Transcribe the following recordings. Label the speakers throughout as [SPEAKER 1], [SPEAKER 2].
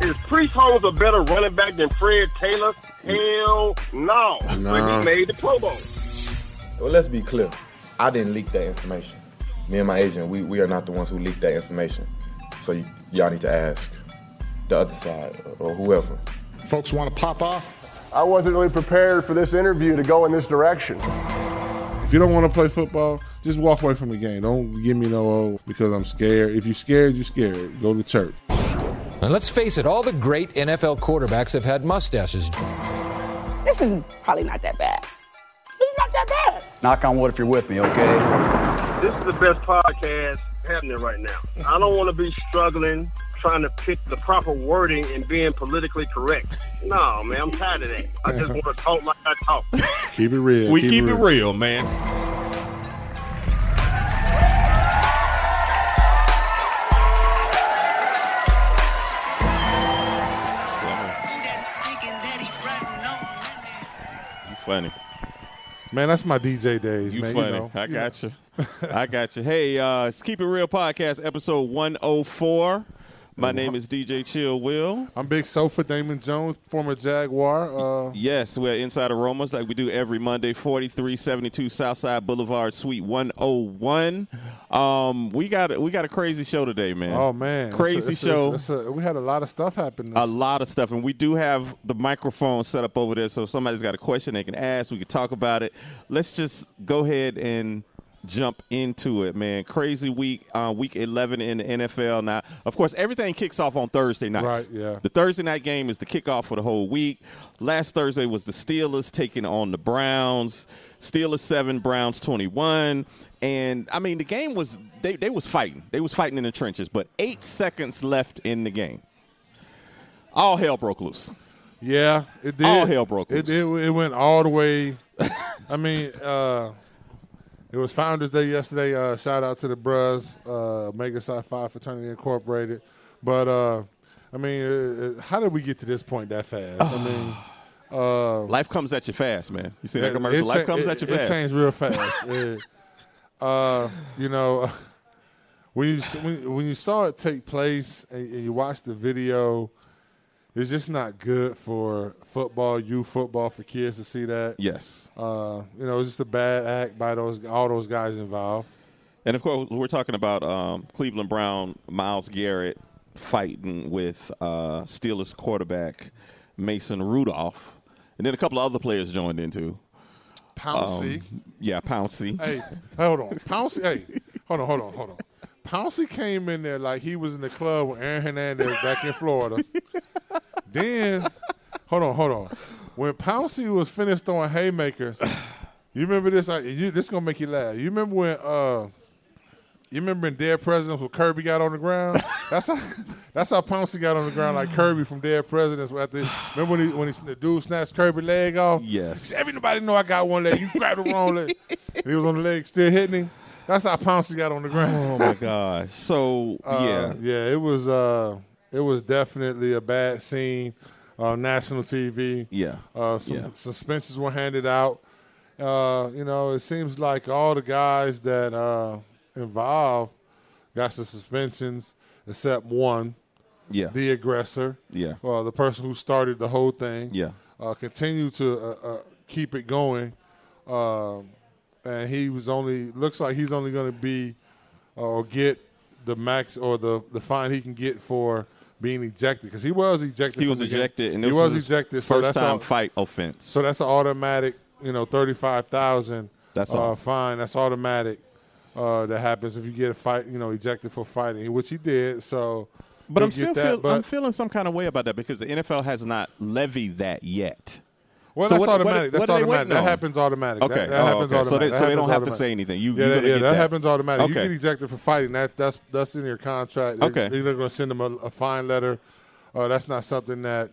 [SPEAKER 1] is Priest Holmes a better running back than Fred Taylor? Hell no. But
[SPEAKER 2] No.
[SPEAKER 1] he made the Pro Bowl.
[SPEAKER 3] Well, let's be clear. I didn't leak that information. Me and my agent, we, we are not the ones who leaked that information. So y- y'all need to ask the other side or whoever.
[SPEAKER 4] Folks want to pop off?
[SPEAKER 5] I wasn't really prepared for this interview to go in this direction.
[SPEAKER 4] If you don't want to play football, just walk away from the game. Don't give me no oh because I'm scared. If you're scared, you're scared. Go to church.
[SPEAKER 6] And let's face it, all the great NFL quarterbacks have had mustaches.
[SPEAKER 7] This is probably not that bad. This is not that bad.
[SPEAKER 8] Knock on wood if you're with me, okay?
[SPEAKER 1] This is the best podcast happening right now. I don't want to be struggling trying to pick the proper wording and being politically correct. No, man, I'm tired of that. I just want to talk like I talk.
[SPEAKER 4] Keep it real.
[SPEAKER 9] We keep it real, man. You funny.
[SPEAKER 4] Man, that's my DJ days,
[SPEAKER 9] You
[SPEAKER 4] man.
[SPEAKER 9] funny.
[SPEAKER 4] You know,
[SPEAKER 9] I got you. I got you. Hey, uh, it's Keep It Real podcast, episode 104. My name is DJ Chill Will.
[SPEAKER 4] I'm Big Sofa, Damon Jones, former Jaguar. Uh,
[SPEAKER 9] Yes, we're Inside Aromas like we do every Monday, 4372 Southside Boulevard, Suite 101. Um, we got we got a crazy show today, man.
[SPEAKER 4] oh man, It's a-
[SPEAKER 9] Crazy
[SPEAKER 4] it's a-
[SPEAKER 9] show.
[SPEAKER 4] it's a- we had a lot of stuff happen.
[SPEAKER 9] a lot of stuff, and we do have the microphone set up over there. So if somebody's got a question they can ask, we can talk about it. Let's just go ahead and jump into it, man. Crazy week, uh, week eleven in the NFL. Now, of course, everything kicks off on Thursday nights.
[SPEAKER 4] Right, yeah.
[SPEAKER 9] The Thursday night game is the kickoff for the whole week. Last Thursday was the Steelers taking on the Browns. Steelers seven, Browns twenty one. And I mean the game was they, they was fighting. They was fighting in the trenches, but eight seconds left in the game. All hell broke loose.
[SPEAKER 4] Yeah, it did.
[SPEAKER 9] All hell broke
[SPEAKER 4] It, it,
[SPEAKER 9] loose.
[SPEAKER 4] it went all the way. I mean, uh, it was Founders Day yesterday. Uh, shout out to the Bros, uh, Mega Psi Phi Fraternity Incorporated. But uh, I mean, uh, uh, how did we get to this point that fast? I mean,
[SPEAKER 9] Life comes at you fast, man. You see that
[SPEAKER 4] it-
[SPEAKER 9] commercial?
[SPEAKER 4] Oh. it
[SPEAKER 9] Life
[SPEAKER 4] cha-
[SPEAKER 9] comes
[SPEAKER 4] it,
[SPEAKER 9] at you
[SPEAKER 4] it
[SPEAKER 9] fast.
[SPEAKER 4] changed real fast. It- uh, you know, when you s- when, when you saw it take place and, and you watched the video, it's just not good for football, youth football, for kids to see that.
[SPEAKER 9] Yes.
[SPEAKER 4] Uh, you know, it's just a bad act by those all those guys involved.
[SPEAKER 9] And of course, we're talking about um, Cleveland Brown, Miles Garrett fighting with uh, Steelers quarterback Mason Rudolph, and then a couple of other players joined in too.
[SPEAKER 4] Pouncey,
[SPEAKER 9] Um, Yeah, Pouncey.
[SPEAKER 4] hey, hold on, Pouncey, hey, hold on, hold on, hold on. Pouncey came in there like he was in the club with Aaron Hernandez back in Florida. then, hold on, hold on. When Pouncey was finished throwing haymakers, you remember this? I, you, this gonna make you laugh. You remember when? Uh, you remember in Dead Presidents when Kirby got on the ground? That's how that's how Pouncey got on the ground like Kirby from Dead Presidents. After remember when he, when he, the dude snatched Kirby leg off?
[SPEAKER 9] Yes.
[SPEAKER 4] He said, Everybody know I got one leg. You grabbed the wrong leg. And he was on the leg still hitting him. That's how Pouncey got on the ground.
[SPEAKER 9] Oh my gosh. So
[SPEAKER 4] Uh,
[SPEAKER 9] yeah,
[SPEAKER 4] yeah. It was uh, it was definitely a bad scene on national TV.
[SPEAKER 9] yeah,
[SPEAKER 4] Uh, some
[SPEAKER 9] Yeah.
[SPEAKER 4] suspensions were handed out. Uh, you know, it seems like all the guys that uh, involved got the suspensions except one,
[SPEAKER 9] yeah,
[SPEAKER 4] the aggressor,
[SPEAKER 9] Yeah.
[SPEAKER 4] uh, the person who started the whole thing,
[SPEAKER 9] Yeah.
[SPEAKER 4] uh, continued to uh, uh, keep it going, Um and he was only looks like he's only going to be uh, or get the max or the the fine he can get for being ejected because he was ejected.
[SPEAKER 9] He
[SPEAKER 4] from
[SPEAKER 9] was
[SPEAKER 4] the game.
[SPEAKER 9] ejected, and
[SPEAKER 4] he
[SPEAKER 9] this
[SPEAKER 4] was
[SPEAKER 9] his
[SPEAKER 4] ejected.
[SPEAKER 9] First
[SPEAKER 4] so that's
[SPEAKER 9] time
[SPEAKER 4] all,
[SPEAKER 9] fight offense.
[SPEAKER 4] so that's an automatic, you know, thirty-five thousand.
[SPEAKER 9] That's
[SPEAKER 4] uh,
[SPEAKER 9] all.
[SPEAKER 4] fine. That's automatic. Uh, that happens if you get a fight, you know, ejected for fighting, which he did. So,
[SPEAKER 9] But
[SPEAKER 4] you
[SPEAKER 9] I'm
[SPEAKER 4] get
[SPEAKER 9] still
[SPEAKER 4] that,
[SPEAKER 9] feel,
[SPEAKER 4] but-
[SPEAKER 9] I'm feeling some kind of way about that because the NFL has not levied that yet.
[SPEAKER 4] well,
[SPEAKER 9] so
[SPEAKER 4] that's
[SPEAKER 9] what- what-
[SPEAKER 4] automatic.
[SPEAKER 9] what
[SPEAKER 4] that's
[SPEAKER 9] are they
[SPEAKER 4] automatic.
[SPEAKER 9] waiting
[SPEAKER 4] That
[SPEAKER 9] on?
[SPEAKER 4] happens automatic.
[SPEAKER 9] Okay.
[SPEAKER 4] That, that
[SPEAKER 9] Oh,
[SPEAKER 4] happens
[SPEAKER 9] okay.
[SPEAKER 4] automatic.
[SPEAKER 9] So they-
[SPEAKER 4] That
[SPEAKER 9] so they
[SPEAKER 4] happens
[SPEAKER 9] don't have to
[SPEAKER 4] automatic.
[SPEAKER 9] say anything. You-
[SPEAKER 4] yeah,
[SPEAKER 9] you're
[SPEAKER 4] that,
[SPEAKER 9] gonna
[SPEAKER 4] yeah,
[SPEAKER 9] get
[SPEAKER 4] that
[SPEAKER 9] that.
[SPEAKER 4] happens automatic. You
[SPEAKER 9] Okay.
[SPEAKER 4] get ejected for fighting. That that's that's in your contract. They're-
[SPEAKER 9] Okay.
[SPEAKER 4] they're going to send them a, a fine letter. Uh, that's not something that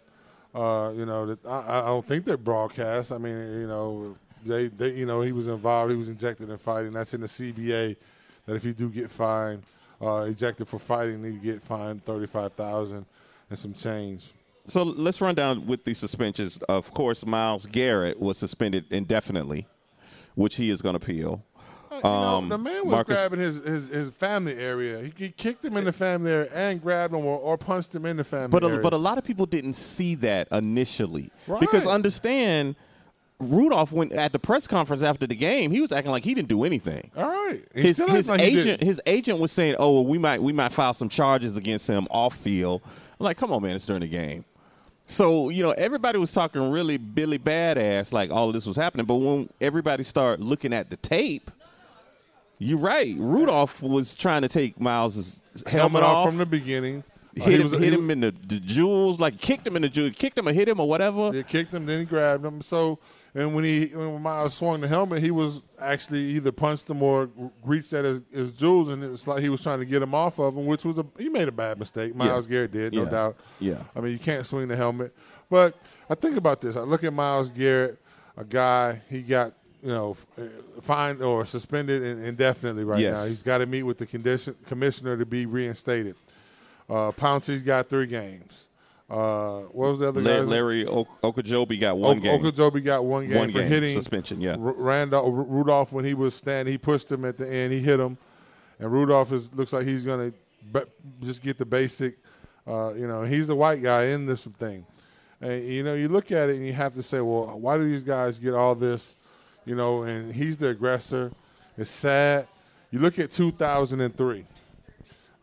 [SPEAKER 4] uh, you know. That I, I don't think they're broadcast. I mean, you know, they, they you know he was involved. He was injected in fighting. That's in the CBA. That if you do get fined, uh, ejected for fighting, then you get fined thirty five thousand and some change.
[SPEAKER 9] So let's run down with the suspensions. Of course, Miles Garrett was suspended indefinitely, which he is going to appeal.
[SPEAKER 4] Uh, You know,
[SPEAKER 9] Um,
[SPEAKER 4] the man was
[SPEAKER 9] Marcus-
[SPEAKER 4] grabbing his, his, his family area. He, he kicked him in the family area and grabbed him or, or punched him in the family
[SPEAKER 9] But a,
[SPEAKER 4] area.
[SPEAKER 9] but a lot of people didn't see that initially
[SPEAKER 4] Right.
[SPEAKER 9] because understand Rudolph went at the press conference after the game. He was acting like he didn't do anything.
[SPEAKER 4] All right. He
[SPEAKER 9] His,
[SPEAKER 4] still acts
[SPEAKER 9] his
[SPEAKER 4] like he did.
[SPEAKER 9] agent his agent was saying, "Oh, well, we might we might file some charges against him off field." I'm like, come on, man, it's during the game. So you know everybody was talking really Billy badass like all of this was happening, but when everybody started looking at the tape. You're right. Rudolph was trying to take Miles' helmet,
[SPEAKER 4] helmet off
[SPEAKER 9] off
[SPEAKER 4] from the beginning. Uh,
[SPEAKER 9] hit
[SPEAKER 4] he
[SPEAKER 9] him,
[SPEAKER 4] was- he
[SPEAKER 9] hit him in the, the jewels, like kicked him in the jewel, kicked him or hit him or whatever.
[SPEAKER 4] They kicked him, then he grabbed him. So, and when he when Miles swung the helmet, he was actually either punched him or reached at his, his jewels, and it's like he was trying to get him off of him, which was a he made a bad mistake. Miles Garrett did, no
[SPEAKER 9] Yeah.
[SPEAKER 4] doubt.
[SPEAKER 9] Yeah.
[SPEAKER 4] I mean you can't swing the helmet, but I think about this. I look at Miles Garrett, a guy he got you know f- eh, fined or suspended in- indefinitely right
[SPEAKER 9] Yes.
[SPEAKER 4] now. He's got to meet with the condition commissioner to be reinstated. Uh, Pouncey's got three games. Uh, what was the other
[SPEAKER 9] La-
[SPEAKER 4] guy?
[SPEAKER 9] Larry o- Okejobi got one
[SPEAKER 4] Ok-
[SPEAKER 9] game.
[SPEAKER 4] Okajobi got one game
[SPEAKER 9] One
[SPEAKER 4] for
[SPEAKER 9] game
[SPEAKER 4] hitting
[SPEAKER 9] suspension, yeah.
[SPEAKER 4] R- Randolph R- Rudolph when he was standing, he pushed him at the end. He hit him, and Rudolph is looks like he's gonna be, just get the basic. Uh, you know, he's the white guy in this thing, and you know you look at it and you have to say, well, why do these guys get all this? You know, and he's the aggressor. It's sad. You look at 2003.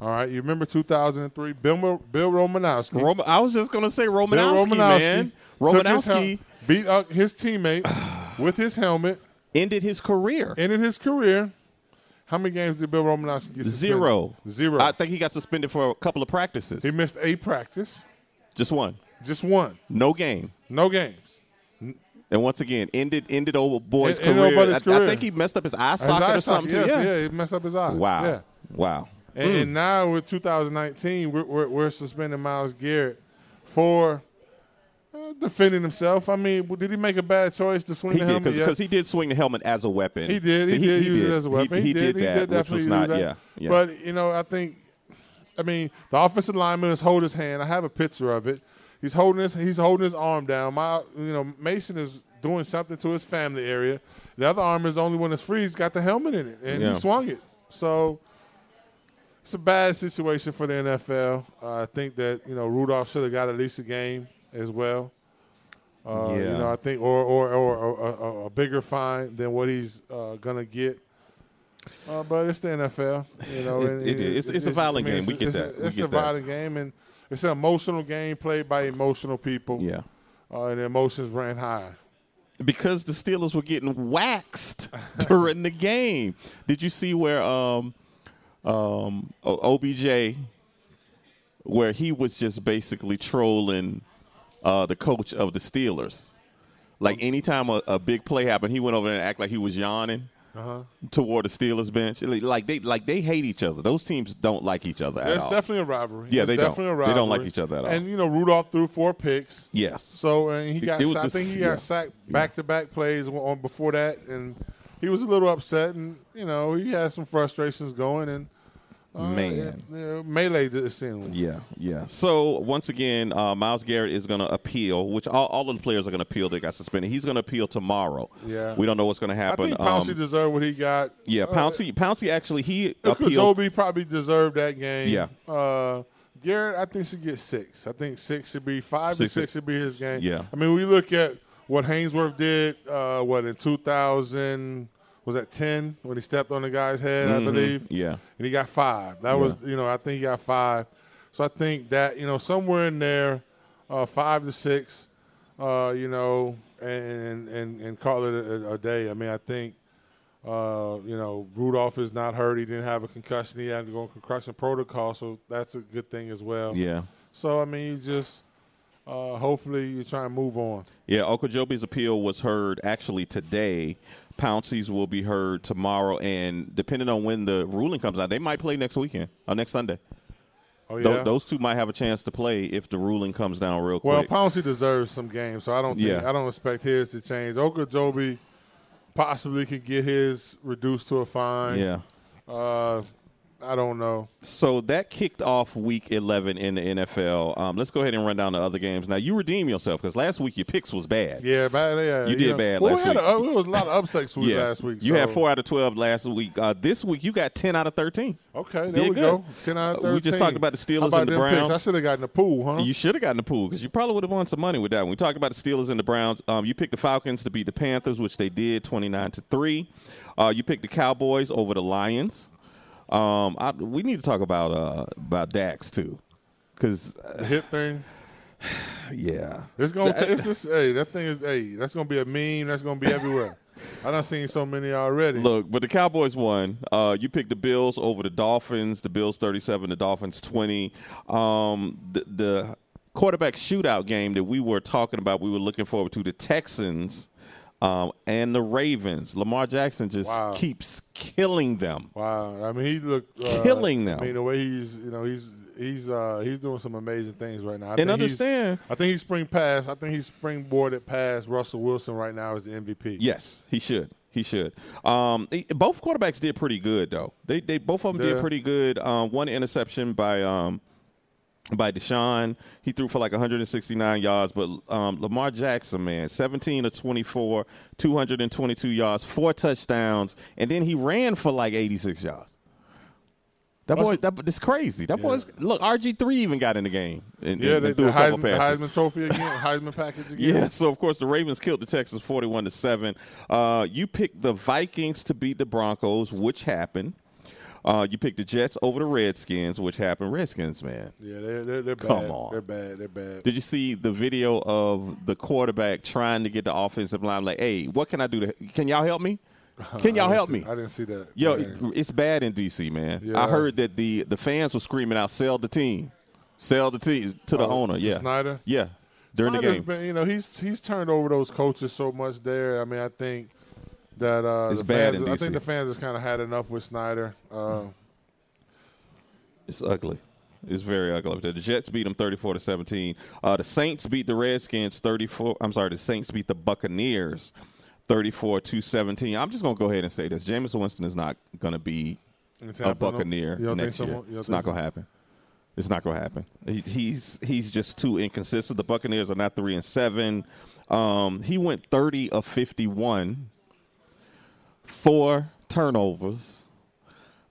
[SPEAKER 4] All right, you remember 2003? Bill Mo- Bill Romanowski.
[SPEAKER 9] Roman, I was just gonna say
[SPEAKER 4] Bill
[SPEAKER 9] Romanowski, man.
[SPEAKER 4] took his hel-
[SPEAKER 9] Romanowski
[SPEAKER 4] beat up his teammate with his helmet,
[SPEAKER 9] ended his career
[SPEAKER 4] ended his career. How many games did Bill Romanowski get? suspended?
[SPEAKER 9] zero.
[SPEAKER 4] Zero.
[SPEAKER 9] I think he got suspended for a couple of practices.
[SPEAKER 4] he missed a practice,
[SPEAKER 9] just one,
[SPEAKER 4] just one,
[SPEAKER 9] no game.
[SPEAKER 4] no games.
[SPEAKER 9] And once again, ended ended old boy's
[SPEAKER 4] Ended old
[SPEAKER 9] career.
[SPEAKER 4] buddy's
[SPEAKER 9] I- I,
[SPEAKER 4] career.
[SPEAKER 9] think he messed up his eye
[SPEAKER 4] His
[SPEAKER 9] socket
[SPEAKER 4] eye
[SPEAKER 9] or something
[SPEAKER 4] socket,
[SPEAKER 9] too.
[SPEAKER 4] Yes, yeah. he messed up his eye.
[SPEAKER 9] Wow. Mm.
[SPEAKER 4] Yeah.
[SPEAKER 9] Wow.
[SPEAKER 4] And, and now with 2019, we're, we're, we're suspending Miles Garrett for uh, defending himself. I mean, w- did he make a bad choice to swing
[SPEAKER 9] He
[SPEAKER 4] the
[SPEAKER 9] did
[SPEAKER 4] helmet? Yeah.
[SPEAKER 9] because he did swing the helmet as a weapon.
[SPEAKER 4] He did.
[SPEAKER 9] So
[SPEAKER 4] He, did use it as a weapon.
[SPEAKER 9] He, he did, that, which
[SPEAKER 4] definitely
[SPEAKER 9] was
[SPEAKER 4] use
[SPEAKER 9] not.
[SPEAKER 4] that.
[SPEAKER 9] Yeah, yeah.
[SPEAKER 4] But you know, I think, I mean, the offensive lineman is holding his hand. I have a picture of it. He's holding his he's holding his arm down. My you know Mason is doing something to his family area. The other arm is the only one that's free. He's got the helmet in it, and
[SPEAKER 9] Yeah.
[SPEAKER 4] he swung it. So. It's a bad situation for the NFL. Uh, I think that you know Rudolph should have got at least a game as well. Uh,
[SPEAKER 9] Yeah.
[SPEAKER 4] You know, I think or or, or, or, a- a- a bigger fine than what he's uh, gonna get. Uh, but it's the NFL, you know.
[SPEAKER 9] It-
[SPEAKER 4] and-
[SPEAKER 9] it
[SPEAKER 4] and
[SPEAKER 9] is. It's- it's a violent game. We get
[SPEAKER 4] it's a-
[SPEAKER 9] that. We
[SPEAKER 4] it's
[SPEAKER 9] get
[SPEAKER 4] a
[SPEAKER 9] that.
[SPEAKER 4] violent game, and it's an emotional game played by emotional people.
[SPEAKER 9] yeah.
[SPEAKER 4] uh, and the emotions ran high.
[SPEAKER 9] because the Steelers were getting waxed during the game. Did you see where um um O- OBJ where he was just basically trolling uh the coach of the Steelers? Like anytime a, a big play happened, he went over there and act like he was yawning.
[SPEAKER 4] Uh-huh.
[SPEAKER 9] Toward the Steelers bench, like they like they hate each other. Those teams don't like each other at
[SPEAKER 4] There's
[SPEAKER 9] all.
[SPEAKER 4] definitely a rivalry.
[SPEAKER 9] Yeah,
[SPEAKER 4] There's
[SPEAKER 9] they don't.
[SPEAKER 4] definitely A
[SPEAKER 9] They
[SPEAKER 4] rivalry.
[SPEAKER 9] don't like each other at all.
[SPEAKER 4] And you know, Rudolph threw four picks.
[SPEAKER 9] Yes.
[SPEAKER 4] So and he got,
[SPEAKER 9] it was
[SPEAKER 4] sacked- I think
[SPEAKER 9] just-
[SPEAKER 4] he got
[SPEAKER 9] yeah.
[SPEAKER 4] sacked back to back plays on before that, and he was a little upset, and you know he had some frustrations going, and uh,
[SPEAKER 9] Man.
[SPEAKER 4] yeah, yeah, melee did soon.
[SPEAKER 9] Yeah, yeah. So once again, uh, Miles Garrett is going to appeal, which all, all of the players are going to appeal. They got suspended. He's going to appeal tomorrow.
[SPEAKER 4] Yeah.
[SPEAKER 9] we don't know what's going to
[SPEAKER 4] I
[SPEAKER 9] happen.
[SPEAKER 4] think Pouncey uh,
[SPEAKER 9] Um,
[SPEAKER 4] deserved what he got.
[SPEAKER 9] yeah, Pouncey. Pouncey actually he appealed.
[SPEAKER 4] Kojobi probably deserved that game.
[SPEAKER 9] Yeah.
[SPEAKER 4] Uh, Garrett, I think should get six. I think six should be five
[SPEAKER 9] Six-
[SPEAKER 4] to six should be his game.
[SPEAKER 9] Yeah.
[SPEAKER 4] I mean, we look at what Hainsworth did. Uh, what in two thousand was that ten when he stepped on the guy's head,
[SPEAKER 9] Mm-hmm.
[SPEAKER 4] I believe.
[SPEAKER 9] Yeah.
[SPEAKER 4] And he got five. That was you know I think he got five. So I think that you know somewhere in there, uh, five to six, uh, you know, and and and call it a, a day. I mean, I think. Uh, you know, Rudolph is not hurt. He didn't have a concussion. He had to go on concussion protocol, so that's a good thing as well.
[SPEAKER 9] Yeah,
[SPEAKER 4] So I mean, you just uh, hopefully you try and move on.
[SPEAKER 9] yeah. Okojobi's appeal was heard actually today. Pouncey's will be heard tomorrow, and depending on when the ruling comes out, they might play next weekend or next Sunday.
[SPEAKER 4] Oh
[SPEAKER 9] Tho-
[SPEAKER 4] yeah.
[SPEAKER 9] those two might have a chance to play if the ruling comes down real
[SPEAKER 4] well,
[SPEAKER 9] quick.
[SPEAKER 4] Pouncey deserves some games, so I don't think
[SPEAKER 9] Yeah.
[SPEAKER 4] I don't expect his to change. Okajobi possibly could get his reduced to a fine.
[SPEAKER 9] yeah.
[SPEAKER 4] Uh, I don't know.
[SPEAKER 9] So that kicked off week 11 in the NFL. Um, let's go ahead and run down the other games. Now, you redeem yourself because last week your picks was bad.
[SPEAKER 4] Yeah, bad. Yeah,
[SPEAKER 9] You did
[SPEAKER 4] yeah.
[SPEAKER 9] bad
[SPEAKER 4] Well,
[SPEAKER 9] last
[SPEAKER 4] we had
[SPEAKER 9] week.
[SPEAKER 4] A, it was a lot of upset sweep last week.
[SPEAKER 9] You had
[SPEAKER 4] so-
[SPEAKER 9] four out of 12 last week. Uh, this week, you got 10 out of 13.
[SPEAKER 4] Okay, there
[SPEAKER 9] Did
[SPEAKER 4] we
[SPEAKER 9] good.
[SPEAKER 4] go. Ten out of
[SPEAKER 9] Uh,
[SPEAKER 4] thirteen.
[SPEAKER 9] We just talked about the
[SPEAKER 4] How
[SPEAKER 9] Steelers
[SPEAKER 4] about
[SPEAKER 9] and the
[SPEAKER 4] them
[SPEAKER 9] Browns.
[SPEAKER 4] Picks? I uh-huh. should have gotten the pool, huh?
[SPEAKER 9] You should have gotten the pool because you probably would have won some money with that one. We talked about the Steelers and the Browns. Um, you picked the Falcons to beat the Panthers, which they did, twenty nine to three. Uh, you picked the Cowboys over the Lions. Um, I, we need to talk about uh, about Dax too, because
[SPEAKER 4] The hip thing.
[SPEAKER 9] yeah,
[SPEAKER 4] It's gonna. T- it's just, hey, that thing is. Hey, that's gonna be a meme. That's gonna be everywhere. I done seen so many already.
[SPEAKER 9] Look, but the Cowboys won. Uh, you picked the Bills over the Dolphins. The Bills 37, the Dolphins 20. Um, the, the quarterback shootout game that we were talking about, we were looking forward to the Texans um, and the Ravens. Lamar Jackson just
[SPEAKER 4] Wow.
[SPEAKER 9] keeps killing them.
[SPEAKER 4] Wow, I mean, he looked uh,
[SPEAKER 9] Killing them.
[SPEAKER 4] I mean, the way he's, you know, he's he's uh, he's doing some amazing things right now. I
[SPEAKER 9] And
[SPEAKER 4] he's-
[SPEAKER 9] understand.
[SPEAKER 4] I think he spring past. I think he springboarded past Russell Wilson right now as the MVP.
[SPEAKER 9] Yes, he should. He should. Um, e- both quarterbacks did pretty good though. They they both of them
[SPEAKER 4] Yeah.
[SPEAKER 9] did pretty good. Um, one interception by um, by Deshaun. He threw for like 169 yards, but um, Lamar Jackson, man, 17 to 24, 222 yards, four touchdowns, and then he ran for like 86 yards. That boy, that that's crazy. That boy's look. RG three even got in the game and,
[SPEAKER 4] Yeah,
[SPEAKER 9] and
[SPEAKER 4] they,
[SPEAKER 9] threw
[SPEAKER 4] the
[SPEAKER 9] a couple
[SPEAKER 4] Heisman,
[SPEAKER 9] passes.
[SPEAKER 4] Heisman Trophy again, Heisman package again.
[SPEAKER 9] Yeah, so of course the Ravens killed the Texans 41 to 7. Uh, you picked the Vikings to beat the Broncos, which happened. Uh, you picked the Jets over the Redskins, which happened. Redskins, man.
[SPEAKER 4] yeah, they're they're, they're
[SPEAKER 9] Come
[SPEAKER 4] bad.
[SPEAKER 9] on.
[SPEAKER 4] They're bad. They're bad.
[SPEAKER 9] Did you see the video of the quarterback trying to get the offensive line? Like, hey, what can I do? To, can y'all help me? Can y'all
[SPEAKER 4] I
[SPEAKER 9] help
[SPEAKER 4] didn't
[SPEAKER 9] me?
[SPEAKER 4] see- I didn't see that.
[SPEAKER 9] Yo,
[SPEAKER 4] Yeah.
[SPEAKER 9] it- it's bad in DC, man.
[SPEAKER 4] Yeah.
[SPEAKER 9] I heard that the the fans were screaming out, "Sell the team, sell the team" to the
[SPEAKER 4] Oh,
[SPEAKER 9] owner. Yeah,
[SPEAKER 4] Snyder?
[SPEAKER 9] Yeah, during
[SPEAKER 4] Snyder's
[SPEAKER 9] the game.
[SPEAKER 4] been- you know, he's he's turned over those coaches so much there. I mean, I think that uh,
[SPEAKER 9] It's
[SPEAKER 4] the
[SPEAKER 9] bad
[SPEAKER 4] fans,
[SPEAKER 9] in
[SPEAKER 4] I
[SPEAKER 9] DC.
[SPEAKER 4] think the fans has kind of had enough with Snyder. Uh,
[SPEAKER 9] It's ugly. It's very ugly up there. The Jets beat them 34 to 17. Uh, the Saints beat the Redskins 34. I'm sorry, the Saints beat the Buccaneers 34 to 17. I'm just going to go ahead and say this. Jameis Winston is not going to be
[SPEAKER 4] It's
[SPEAKER 9] a
[SPEAKER 4] happening.
[SPEAKER 9] Buccaneer
[SPEAKER 4] You don't think
[SPEAKER 9] next
[SPEAKER 4] so?
[SPEAKER 9] year.
[SPEAKER 4] You don't
[SPEAKER 9] It's
[SPEAKER 4] think
[SPEAKER 9] not
[SPEAKER 4] so?
[SPEAKER 9] going to happen. It's not going to happen. He, he's he's just too inconsistent. The Buccaneers are not 3 and 7. Um, he went 30 of 51 four turnovers.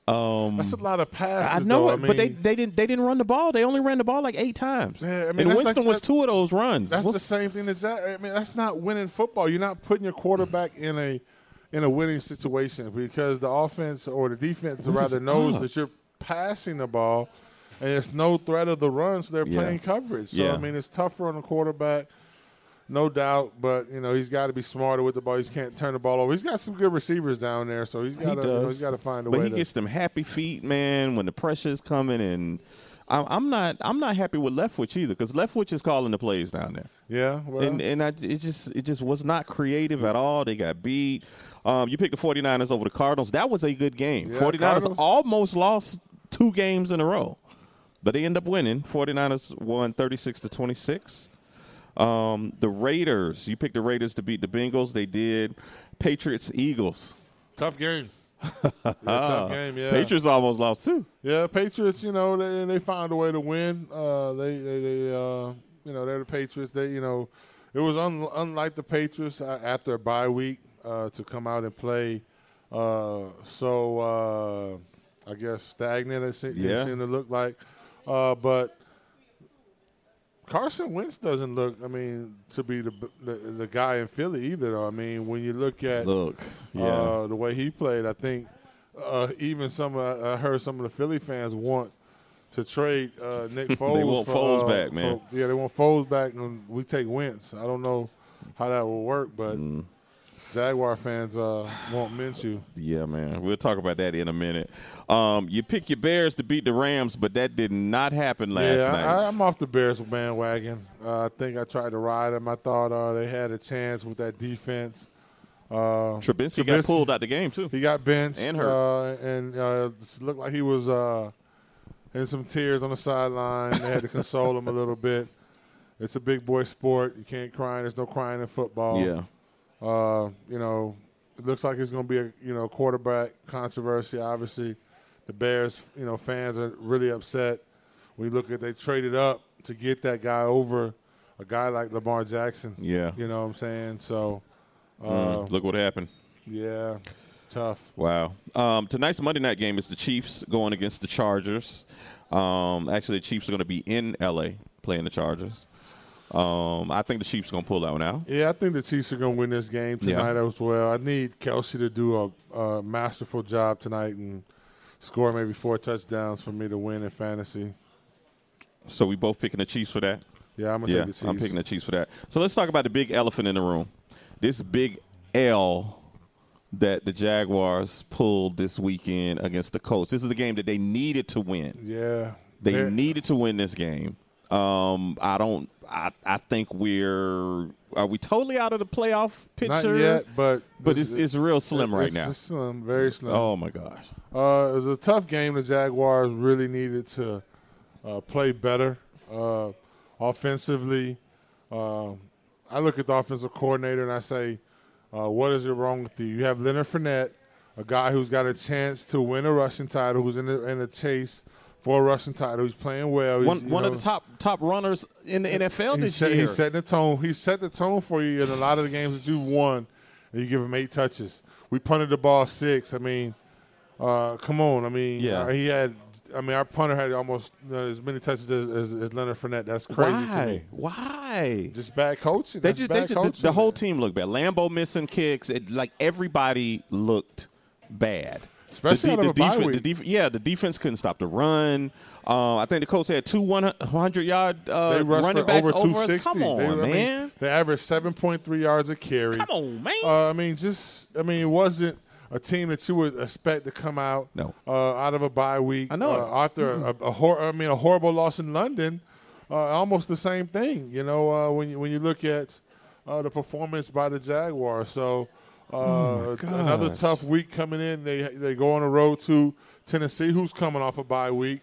[SPEAKER 4] that's a lot of passes.
[SPEAKER 9] Mm. I know
[SPEAKER 4] though.
[SPEAKER 9] it,
[SPEAKER 4] I mean,
[SPEAKER 9] but they, they didn't they didn't run the ball. They only ran the ball like eight times.
[SPEAKER 4] Yeah, I mean, that's
[SPEAKER 9] and
[SPEAKER 4] like-
[SPEAKER 9] Winston was
[SPEAKER 4] that-
[SPEAKER 9] two of those runs.
[SPEAKER 4] That's the
[SPEAKER 9] What's-
[SPEAKER 4] same thing that Jack. I mean, that's not winning football. You're not putting your quarterback in a in a winning situation because the offense or the defense rather knows that you're passing the ball, and it's no threat of the run, so they're
[SPEAKER 9] Yeah.
[SPEAKER 4] playing coverage. So
[SPEAKER 9] Yeah.
[SPEAKER 4] I mean, it's tougher on the quarterback. No doubt, but you know he's got to be smarter with the ball. He can't turn the ball over. He's got some good receivers down there, so he's got to you know, he's got to find a
[SPEAKER 9] but
[SPEAKER 4] way.
[SPEAKER 9] he
[SPEAKER 4] to,
[SPEAKER 9] gets them happy feet, man. When the pressure's coming, and I'm, I'm not I'm not happy with Leftwich either because Leftwich is calling the plays down there.
[SPEAKER 4] yeah, well,
[SPEAKER 9] and and I, it just it just was not creative at all. They got beat. Um, you picked the 49ers over the Cardinals. That was a good game.
[SPEAKER 4] Yeah,
[SPEAKER 9] 49ers
[SPEAKER 4] Cardinals.
[SPEAKER 9] almost lost two games in a row, but they end up winning. 49ers won 36 to 26. Um, the Raiders. You picked the Raiders to beat the Bengals. They did. Patriots Eagles. Uh,
[SPEAKER 4] tough game. Yeah, tough game, yeah.
[SPEAKER 9] Patriots almost lost too.
[SPEAKER 4] Yeah, Patriots. You know, they they found a way to win. Uh, they they, they uh, you know they're the Patriots. They you know, it was un- unlike the Patriots uh, after a bye week uh, to come out and play. Uh, so uh, I guess stagnant. It seemed,
[SPEAKER 9] Yeah.
[SPEAKER 4] it seemed to look like, uh, but. Carson Wentz doesn't look. I mean, to be the, the the guy in Philly either. Though. I mean, when you look at
[SPEAKER 9] Look, yeah,
[SPEAKER 4] uh, the way he played. I think uh, even some uh, I heard some of the Philly fans want to trade uh, Nick Foles.
[SPEAKER 9] want
[SPEAKER 4] for,
[SPEAKER 9] Foles
[SPEAKER 4] uh,
[SPEAKER 9] back, man.
[SPEAKER 4] for- yeah, they want Foles back, and we take Wentz. I don't know how that will work, but
[SPEAKER 9] Mm-hmm.
[SPEAKER 4] Jaguar fans uh, won't Minshew.
[SPEAKER 9] yeah, man. We'll talk about that in a minute. Um, you pick your Bears to beat the Rams, but that did not happen last
[SPEAKER 4] yeah,
[SPEAKER 9] night.
[SPEAKER 4] I, I'm off the Bears bandwagon. Uh, I think I tried to ride them. I thought uh, they had a chance with that defense.
[SPEAKER 9] Trubisky, got
[SPEAKER 4] Trubisky.
[SPEAKER 9] pulled out the game too.
[SPEAKER 4] He got benched
[SPEAKER 9] And hurt.
[SPEAKER 4] uh, and uh, s- looked like he was uh, in some tears on the sideline. They had to console him a little bit. It's a big boy sport. You can't cry. There's no crying in football.
[SPEAKER 9] Yeah,
[SPEAKER 4] Uh, you know, it looks like it's going to be a you know quarterback controversy. Obviously, The Bears, you know, fans are really upset. We look at they traded up to get that guy over a guy like Lamar Jackson.
[SPEAKER 9] Yeah.
[SPEAKER 4] you know what I'm saying. So, uh,
[SPEAKER 9] Mm, Look what happened.
[SPEAKER 4] yeah, tough.
[SPEAKER 9] Wow. Um, tonight's Monday night game is the Chiefs going against the Chargers. Um, actually, the Chiefs are going to be in LA playing the Chargers. Um, I think the Chiefs are going to pull that one out.
[SPEAKER 4] Yeah, I think the Chiefs are going to win this game
[SPEAKER 9] Yeah.
[SPEAKER 4] tonight as well. I need Kelsey to do a, a masterful job tonight and score maybe four touchdowns for me to win in fantasy.
[SPEAKER 9] So we both picking the Chiefs for that.
[SPEAKER 4] Yeah, I'm gonna
[SPEAKER 9] Yeah,
[SPEAKER 4] take the Chiefs.
[SPEAKER 9] I'm picking the Chiefs for that. So let's talk about the big elephant in the room. This big L that the Jaguars pulled this weekend against the Colts. This is the game that they needed to win.
[SPEAKER 4] Yeah,
[SPEAKER 9] They
[SPEAKER 4] They're-
[SPEAKER 9] needed to win this game. Um, I don't. I I think we're are we totally out of the playoff
[SPEAKER 4] not
[SPEAKER 9] picture
[SPEAKER 4] yet, but
[SPEAKER 9] But
[SPEAKER 4] this
[SPEAKER 9] it's
[SPEAKER 4] is-
[SPEAKER 9] it's real slim right
[SPEAKER 4] it's
[SPEAKER 9] now.
[SPEAKER 4] just slim, very slim.
[SPEAKER 9] Oh my gosh.
[SPEAKER 4] Uh, it was a tough game. The Jaguars really needed to uh, play better uh, offensively. Um I look at the offensive coordinator and I say, uh, what is it wrong with you? You have Leonard Fournette, a guy who's got a chance to win a rushing title, who's in a, in a chase for a rushing title. He's playing well. He's,
[SPEAKER 9] One
[SPEAKER 4] you
[SPEAKER 9] one of
[SPEAKER 4] know,
[SPEAKER 9] the top top runners in the NFL
[SPEAKER 4] he
[SPEAKER 9] this
[SPEAKER 4] set,
[SPEAKER 9] year.
[SPEAKER 4] He's setting the tone. He set the tone for you in a lot of the games that you won, and you give him eight touches. We punted the ball six. I mean, uh, come on. I mean,
[SPEAKER 9] Yeah.
[SPEAKER 4] uh, he had. I mean, our punter had almost you know, as many touches as, as, as Leonard Fournette. That's crazy to
[SPEAKER 9] Why?
[SPEAKER 4] me.
[SPEAKER 9] Why?
[SPEAKER 4] Just bad coaching.
[SPEAKER 9] They
[SPEAKER 4] That's
[SPEAKER 9] just, they
[SPEAKER 4] bad
[SPEAKER 9] just the-
[SPEAKER 4] coaching.
[SPEAKER 9] the, whole team looked bad. Lambo missing kicks. It, like everybody looked bad.
[SPEAKER 4] Especially
[SPEAKER 9] the,
[SPEAKER 4] out of a bye
[SPEAKER 9] defense,
[SPEAKER 4] week.
[SPEAKER 9] The def- yeah, the defense couldn't stop the run. Uh, I think the Colts had two 100 yard uh,
[SPEAKER 4] They rushed
[SPEAKER 9] running
[SPEAKER 4] for
[SPEAKER 9] backs
[SPEAKER 4] over
[SPEAKER 9] over,
[SPEAKER 4] two
[SPEAKER 9] us.
[SPEAKER 4] sixty.
[SPEAKER 9] Come on,
[SPEAKER 4] they, I mean,
[SPEAKER 9] man.
[SPEAKER 4] they averaged seven point three yards a carry.
[SPEAKER 9] Come on, man.
[SPEAKER 4] Uh, I mean, just I mean, it wasn't a team that you would expect to come out
[SPEAKER 9] No.
[SPEAKER 4] uh, out of a bye week.
[SPEAKER 9] I know Mm-hmm.
[SPEAKER 4] uh,
[SPEAKER 9] it.
[SPEAKER 4] after a, a hor- I mean a horrible loss in London, uh, almost the same thing. You know, uh, when you, when you look at uh, the performance by the Jaguars, so.
[SPEAKER 9] Oh
[SPEAKER 4] Uh, t- another tough week coming in. They they go on the road to Tennessee, who's coming off a bye week.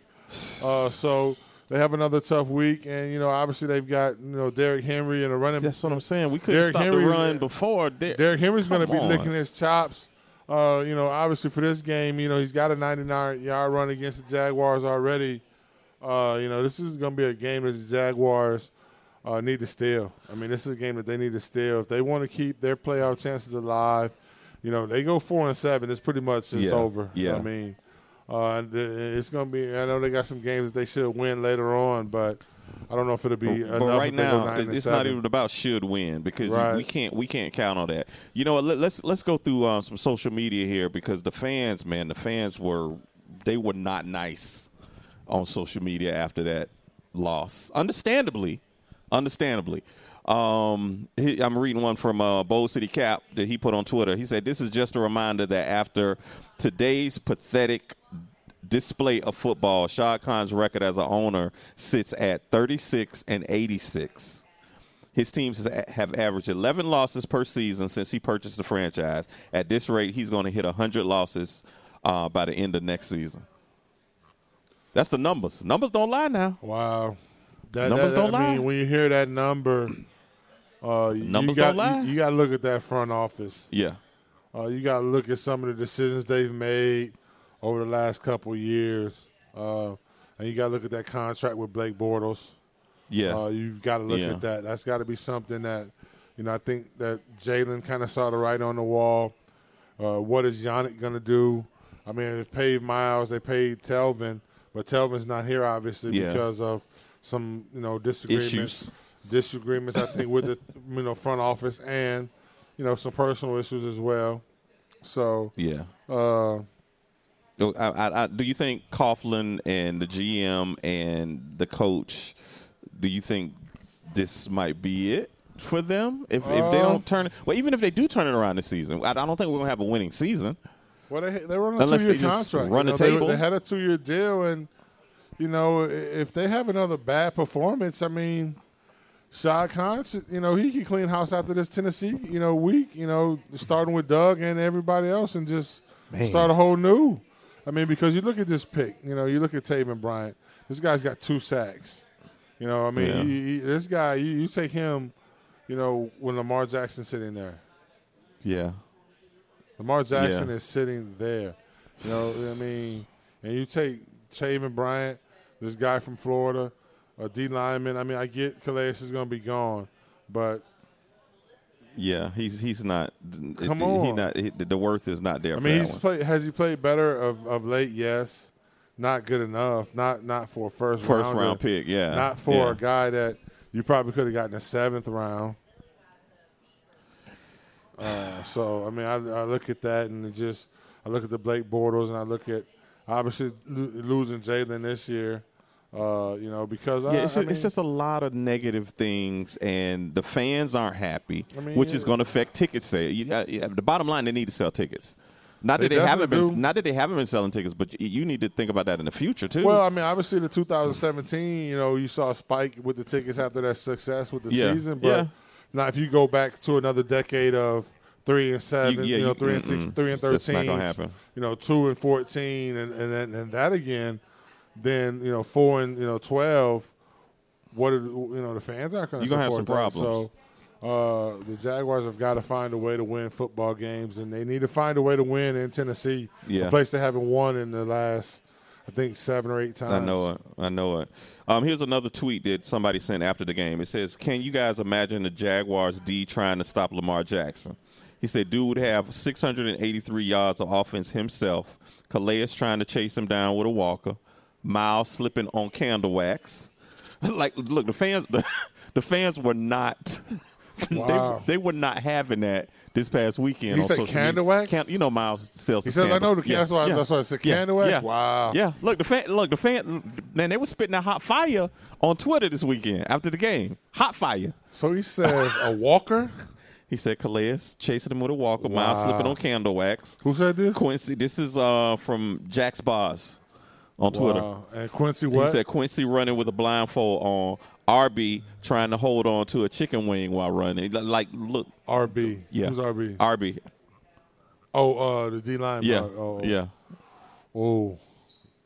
[SPEAKER 4] Uh, so they have another tough week, and you know obviously they've got you know Derrick Henry and a running
[SPEAKER 9] That's what I'm saying. We couldn't
[SPEAKER 4] Derrick
[SPEAKER 9] stop
[SPEAKER 4] Henry- uh,
[SPEAKER 9] the run before. Der-
[SPEAKER 4] Derrick Henry's going to
[SPEAKER 9] Come
[SPEAKER 4] be
[SPEAKER 9] on.
[SPEAKER 4] licking his chops. Uh, you know, obviously for this game, you know he's got a 99 yard run against the Jaguars already. Uh, you know, this is going to be a game that the Jaguars uh, need to steal. I mean, this is a game that they need to steal if they want to keep their playoff chances alive. You know, they go four and seven. It's pretty much it's
[SPEAKER 9] Yeah,
[SPEAKER 4] over.
[SPEAKER 9] yeah.
[SPEAKER 4] I mean, uh, th- it's going to be. I know they got some games that they should win later on, but I don't know if it'll be
[SPEAKER 9] but
[SPEAKER 4] enough.
[SPEAKER 9] right
[SPEAKER 4] if they go
[SPEAKER 9] now,
[SPEAKER 4] nine
[SPEAKER 9] it's
[SPEAKER 4] and
[SPEAKER 9] it's not
[SPEAKER 4] seven.
[SPEAKER 9] even about should win because
[SPEAKER 4] Right.
[SPEAKER 9] we can't we can't count on that. You know, what, let, let's let's go through uh, some social media here because the fans, man, the fans were they were not nice on social media after that loss. Understandably, understandably. Um, he, I'm reading one from uh, Bold City Cap that he put on Twitter. He said, "This is just a reminder that after today's pathetic display of football, Shah Khan's record as a owner sits at 36 and 86. His teams has- have averaged 11 losses per season since he purchased the franchise. At this rate, he's going to hit 100 losses uh, by the end of next season. That's the numbers. Numbers don't lie now.
[SPEAKER 4] Wow. That,
[SPEAKER 9] Numbers
[SPEAKER 4] that-
[SPEAKER 9] don't
[SPEAKER 4] I
[SPEAKER 9] lie.
[SPEAKER 4] mean, when you hear that number, uh, you
[SPEAKER 9] Numbers
[SPEAKER 4] got,
[SPEAKER 9] don't lie.
[SPEAKER 4] You, got to look at that front office.
[SPEAKER 9] Yeah.
[SPEAKER 4] Uh, you got to look at some of the decisions they've made over the last couple of years. Uh, and you got to look at that contract with Blake Bortles.
[SPEAKER 9] Yeah.
[SPEAKER 4] Uh, you've got to look
[SPEAKER 9] Yeah.
[SPEAKER 4] at that. That's got to be something that, you know, I think that Jalen kind of saw the right on the wall. Uh, what is Yannick going to do? I mean, they paid Miles, they paid Telvin, but Telvin's not here obviously
[SPEAKER 9] Yeah.
[SPEAKER 4] because of some you know disagreements,
[SPEAKER 9] Issues.
[SPEAKER 4] disagreements I think with the you know front office and you know some personal issues as well. So
[SPEAKER 9] yeah. Do- I, I, I, do you think Coughlin and the GM and the coach? Do you think this might be it for them if, if they don't turn? Well, even if they do turn it around this season, I, I don't think we're gonna have a winning season.
[SPEAKER 4] Well, they they were on a
[SPEAKER 9] Unless
[SPEAKER 4] two year
[SPEAKER 9] they just
[SPEAKER 4] contract.
[SPEAKER 9] run
[SPEAKER 4] you
[SPEAKER 9] the
[SPEAKER 4] know, they-
[SPEAKER 9] table.
[SPEAKER 4] They, had a two year deal, and you know i- if they have another bad performance, I mean, Shah Khan, should- you know he could clean house after this Tennessee, you know week, you know starting with Doug and everybody else, and just start a whole new. I mean, because you look at this pick, you know, you look at Taven Bryant. This guy's got two sacks. You know, I mean,
[SPEAKER 9] Yeah.
[SPEAKER 4] he, he- this guy, you, you take him, you know, when Lamar Jackson's sitting there.
[SPEAKER 9] Yeah,
[SPEAKER 4] Lamar Jackson
[SPEAKER 9] Yeah.
[SPEAKER 4] is sitting there. You know, I mean, and you take Shaven Bryant, this guy from Florida, a D lineman. I mean, I get Calais is going to be gone, but
[SPEAKER 9] Yeah, he's he's not.
[SPEAKER 4] Come
[SPEAKER 9] he,
[SPEAKER 4] on.
[SPEAKER 9] not. he- the worth is not there.
[SPEAKER 4] I
[SPEAKER 9] for
[SPEAKER 4] mean,
[SPEAKER 9] that
[SPEAKER 4] he's
[SPEAKER 9] one.
[SPEAKER 4] played. Has he played better of, of late? Yes. Not good enough. Not not for a first
[SPEAKER 9] First
[SPEAKER 4] rounder.
[SPEAKER 9] round pick, yeah,
[SPEAKER 4] Not for
[SPEAKER 9] yeah.
[SPEAKER 4] a guy that you probably could have gotten a seventh round. Uh, so I mean, I, I look at that and it just I look at the Blake Bortles and I look at obviously lo- losing Jalen this year. Uh, you know because I,
[SPEAKER 9] Yeah, it's,
[SPEAKER 4] I
[SPEAKER 9] ju- it's
[SPEAKER 4] mean-
[SPEAKER 9] just a lot of negative things, and the fans aren't happy,
[SPEAKER 4] mean,
[SPEAKER 9] which
[SPEAKER 4] yeah.
[SPEAKER 9] is going to affect ticket sale. You, uh, yeah, the bottom line, they need to sell tickets. Not that
[SPEAKER 4] They
[SPEAKER 9] they, haven't
[SPEAKER 4] definitely do.
[SPEAKER 9] been, not that they haven't been selling tickets, but y- you need to think about that in the future too.
[SPEAKER 4] Well, I mean, obviously the 2017, you know, you saw a spike with the tickets after that success with the
[SPEAKER 9] Yeah,
[SPEAKER 4] season. But
[SPEAKER 9] yeah.
[SPEAKER 4] now, if you go back to another decade of three and seven, you,
[SPEAKER 9] yeah,
[SPEAKER 4] know,
[SPEAKER 9] you-
[SPEAKER 4] 3 and six,
[SPEAKER 9] mm-mm.
[SPEAKER 4] three and
[SPEAKER 9] That's
[SPEAKER 4] thirteen,
[SPEAKER 9] not gonna happen.
[SPEAKER 4] You know, two and fourteen, and and then, and that again, then you know, four and you know, twelve. What are, the- you know, the fans aren't going to
[SPEAKER 9] You're gonna have
[SPEAKER 4] support
[SPEAKER 9] some
[SPEAKER 4] that. So uh, the Jaguars have got to find a way to win football games, and they need to find a way to win in Tennessee,
[SPEAKER 9] Yeah.
[SPEAKER 4] a place they haven't won in the last. I think seven or eight times.
[SPEAKER 9] I know it. I know it. Um, here's another tweet that somebody sent after the game. It says, "Can you guys imagine the Jaguars D trying to stop Lamar Jackson?" He said, "Dude would have 683 yards of offense himself. Calais trying to chase him down with a walker. Miles slipping on candle wax. like, look, the fans, the, the fans were not."
[SPEAKER 4] Wow.
[SPEAKER 9] they, they were not having that this past weekend.
[SPEAKER 4] He
[SPEAKER 9] on
[SPEAKER 4] said
[SPEAKER 9] social
[SPEAKER 4] candle
[SPEAKER 9] media.
[SPEAKER 4] wax?
[SPEAKER 9] Can- you know, Miles sells.
[SPEAKER 4] He
[SPEAKER 9] his
[SPEAKER 4] says, "I
[SPEAKER 9] candles."
[SPEAKER 4] know the- that's why- that's why I said candle wax?
[SPEAKER 9] Yeah.
[SPEAKER 4] Wow.
[SPEAKER 9] Yeah, look the fan. Look the fan. Man, they were spitting a hot fire on Twitter this weekend after the game. Hot fire.
[SPEAKER 4] So he says a walker.
[SPEAKER 9] He said Calais chasing him with a walker, Miles
[SPEAKER 4] Wow.
[SPEAKER 9] slipping on candle wax.
[SPEAKER 4] Who said this?
[SPEAKER 9] Quincy, this is uh from Jack's Boss on Twitter.
[SPEAKER 4] Wow. And Quincy
[SPEAKER 9] He
[SPEAKER 4] what?
[SPEAKER 9] said Quincy running with a blindfold on. RB trying to hold on to a chicken wing while running. Li- Like, look,
[SPEAKER 4] RB.
[SPEAKER 9] yeah,
[SPEAKER 4] Who's RB?
[SPEAKER 9] RB,
[SPEAKER 4] oh, uh, the D line.
[SPEAKER 9] yeah,
[SPEAKER 4] Oh,
[SPEAKER 9] yeah.
[SPEAKER 4] Oh.